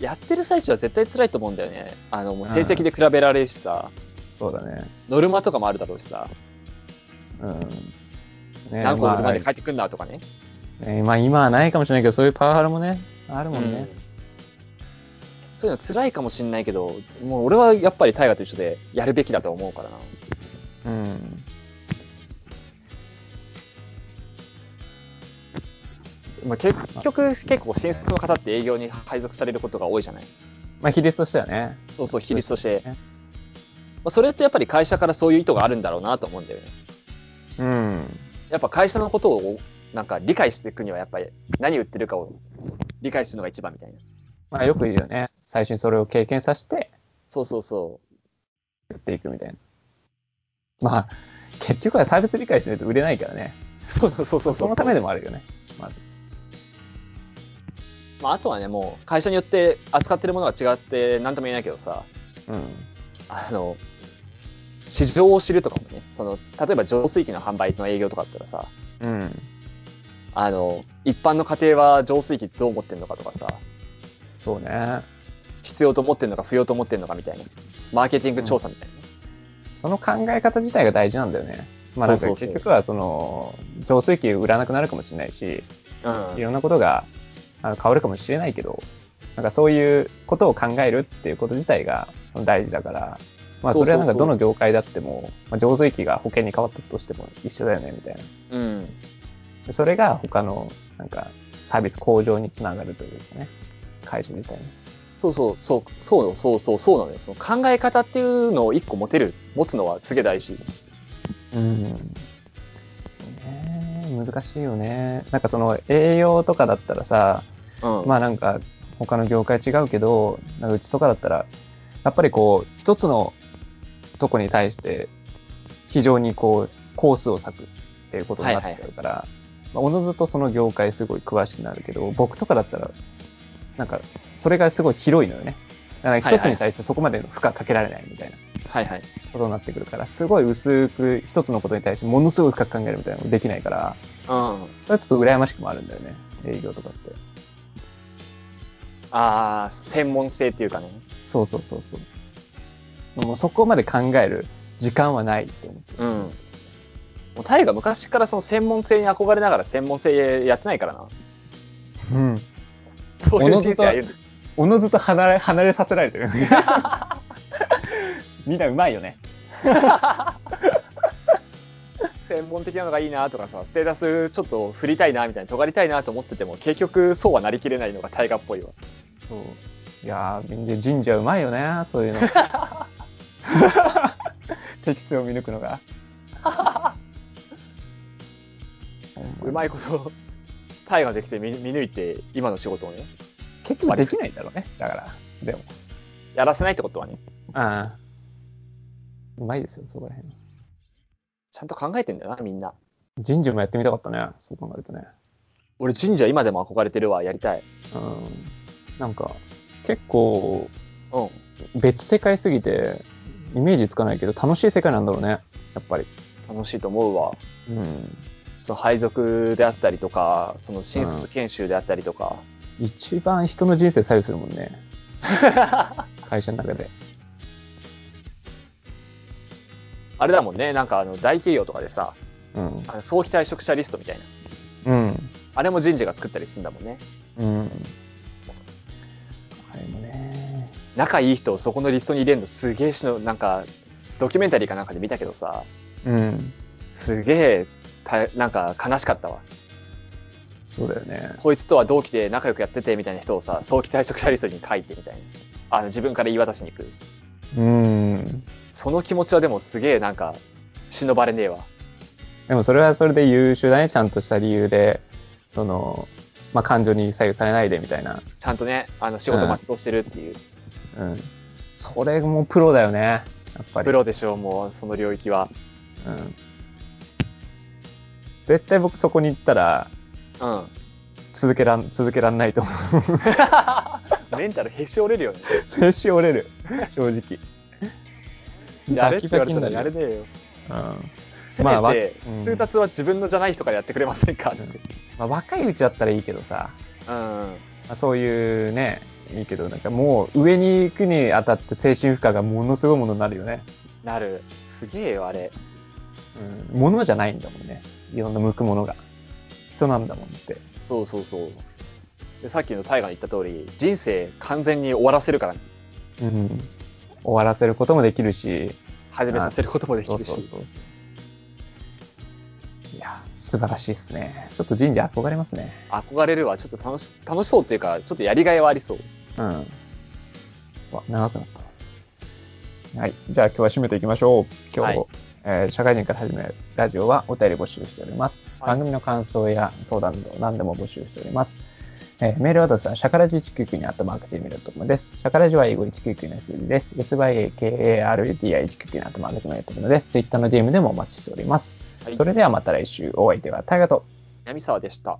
S1: う
S2: やってる最中は絶対辛いと思うんだよねあのもう成績で比べられるしさ、
S1: そうだね
S2: ノルマとかもあるだろうしさ、
S1: うんね
S2: 何個売る
S1: ま
S2: ま
S1: あ
S2: で帰ってくんなとかね、
S1: えーまあ今はないかもしれないけど、そういうパワハラもね、あるもん
S2: うん
S1: ね。
S2: そういうの辛いかもしんないけどもう俺はやっぱり大河と一緒でやるべきだと思うからな
S1: うん。
S2: まあ、結局結構新卒の方って営業に配属されることが多いじゃない
S1: まあ比率としてはね。
S2: そうそう比率として、
S1: そうですね
S2: まあ、それってやっぱり会社からそういう意図があるんだろうなと思うんだよね
S1: うん。
S2: やっぱ会社のことをなんか理解していくにはやっぱり何売ってるかを理解するのが一番みたいな
S1: まあよく言うよね。最初にそれを経験させて、
S2: そうそうそ
S1: 売っていくみたいな。まあ、結局はサービス理解しないと売れないからね。
S2: うそうそうそうそう
S1: そのためでもあるよね。
S2: まあ、あとはねもう会社によって扱ってるものが違って何とも言えないけどさ
S1: うん。
S2: あの市場を知るとかもねその例えば浄水器の販売の営業とかだったらさ
S1: うん。
S2: あの一般の家庭は浄水器どう思ってるのかとかさ
S1: そうね。
S2: 必要と思ってるのか不要と思ってるのかみたいなマーケティング調査みたいな、
S1: その考え方自体が大事なんだよね。まあなんか
S2: そうそうそう
S1: 結局はその、浄水器売らなくなるかもしれないし、
S2: うん
S1: いろんなことがあの変わるかもしれないけど、なんかそういうことを考えるっていうこと自体が大事だから、まあ
S2: そ
S1: そう
S2: そうそう
S1: れはなんかどの業界だっても、まあ、浄水器が保険に変わったとしても一緒だよねみたいな。
S2: うん、
S1: でそれが他のなんかサービス向上につながるというかね、会社自体に。
S2: そうそうそうそうそうそうそうなのよその考え方っていうのを一個持てる持つのはすげえ大事
S1: うん。そうね。難しいよね。なんかその栄養とかだったらさ、
S2: うん、
S1: まあなんか他の業界違うけどなんかうちとかだったらやっぱりこう一つのとこに対して非常にこうコースを割くっていうことになっちゃうから、まあおのずとその業界すごい詳しくなるけど僕とかだったらなんかそれがすごい広いのよね。だから一つに対してそこまでの負荷かけられないみたいな
S2: はいはい
S1: ことになってくるから、すごい薄く一つのことに対してものすごい深く考えるみたいなのもできないから、
S2: うん
S1: それはちょっと羨ましくもあるんだよね、営業とかって。
S2: ああ専門性っていうかね
S1: そうそうそうそう。もうそこまで考える時間はないって思って
S2: うん。もうタイが昔からその専門性に憧れながら専門性やってないからな。
S1: うん。
S2: そういう人生歩んで
S1: おのずと離れ 離れさせられてるみんなうまいよね
S2: 専門的なのがいいなとかさステータスちょっと振りたいなみたいな尖りたいなと思ってても結局そうはなりきれないのが大河っぽいわ
S1: そういやーみんな神社うまいよねそういうの テキストを見抜くのが
S2: うまいこと大河できて見見抜いて今の仕事をね
S1: 結局できないんだろうねだからでも
S2: やらせないってことはね
S1: ああうまいですよそこら辺
S2: ちゃんと考えてんだよなみんな
S1: 神社もやってみたかったねそう考えるとね
S2: 俺神社今でも憧れてるわやりたい
S1: うんなんか結構
S2: うん
S1: 別世界すぎてイメージつかないけど楽しい世界なんだろうねやっぱり
S2: 楽しいと思うわ
S1: うん
S2: その配属であったりとかその新卒研修であったりとか、
S1: 一番人の人生左右するもんね会社の中で
S2: あれだもんねなんかあの大企業とかでさ
S1: うん
S2: あの早期退職者リストみたいな
S1: うん
S2: あれも人事が作ったりするんだもんね
S1: うんあれもね
S2: 仲いい人をそこのリストに入れるのすげえしのなんかドキュメンタリーかなんかで見たけどさ
S1: うん
S2: すげえたなんか悲しかったわ
S1: そうだよね
S2: こいつとは同期で仲良くやっててみたいな人をさ早期退職者リストに書いてみたいなあの自分から言い渡しに行く
S1: うん
S2: その気持ちはでもすげえなんか忍ばれねえわ
S1: でもそれはそれで優秀だねちゃんとした理由でそのまあ感情に左右されないでみたいな
S2: ちゃんとねあの仕事全うしてるっていう、
S1: うんそれもプロだよねやっぱり
S2: プロでしょうもうその領域は
S1: うん絶対僕そこに行ったら
S2: うん
S1: 続けらん続けらんないと思う
S2: メンタルへし折れるよね
S1: 精神折れる正直
S2: やれって言わ
S1: バキバ
S2: れたらやれ
S1: キ
S2: ねえよ
S1: になるようん
S2: せ
S1: まあわ
S2: めて
S1: うん
S2: 通達は自分のじゃない人からやってくれませんかって
S1: まあ、若いうちだったらいいけどさ、
S2: うん
S1: まあ、そういうねいいけどなんかもう上に行くにあたって精神負荷がものすごいものになるよね、
S2: なるすげえよあれ
S1: うん、ものじゃないんだもんねいろんな向くものが人なんだもんって
S2: そうそうそうでさっきの大河に言った通り人生完全に終わらせるから
S1: うん終わらせることもできるし
S2: 始めさせることもでき
S1: そう
S2: るし
S1: そうそういや素晴らしいっすねちょっと神社憧れますね
S2: 憧れるわちょっと楽し楽しそうっていうかちょっとやりがいはありそう
S1: うんうわ長くなったはいじゃあ今日は締めていきましょう今日、
S2: はい
S1: えー社会人から始めるラジオはお便り募集しております、
S2: は
S1: 番
S2: い
S1: 組の感想や相談など何でも募集しておりますえーメールアドレスは、シャカラジ199にアットマーク Gmail.com です。シャカラジは英語199の数字です。SYAKARUDI199 にアットマーク Gmail.com です。Twitter の DM でもお待ちしております。
S2: はい
S1: それではまた来週、お相手はタイガと
S2: 南沢でした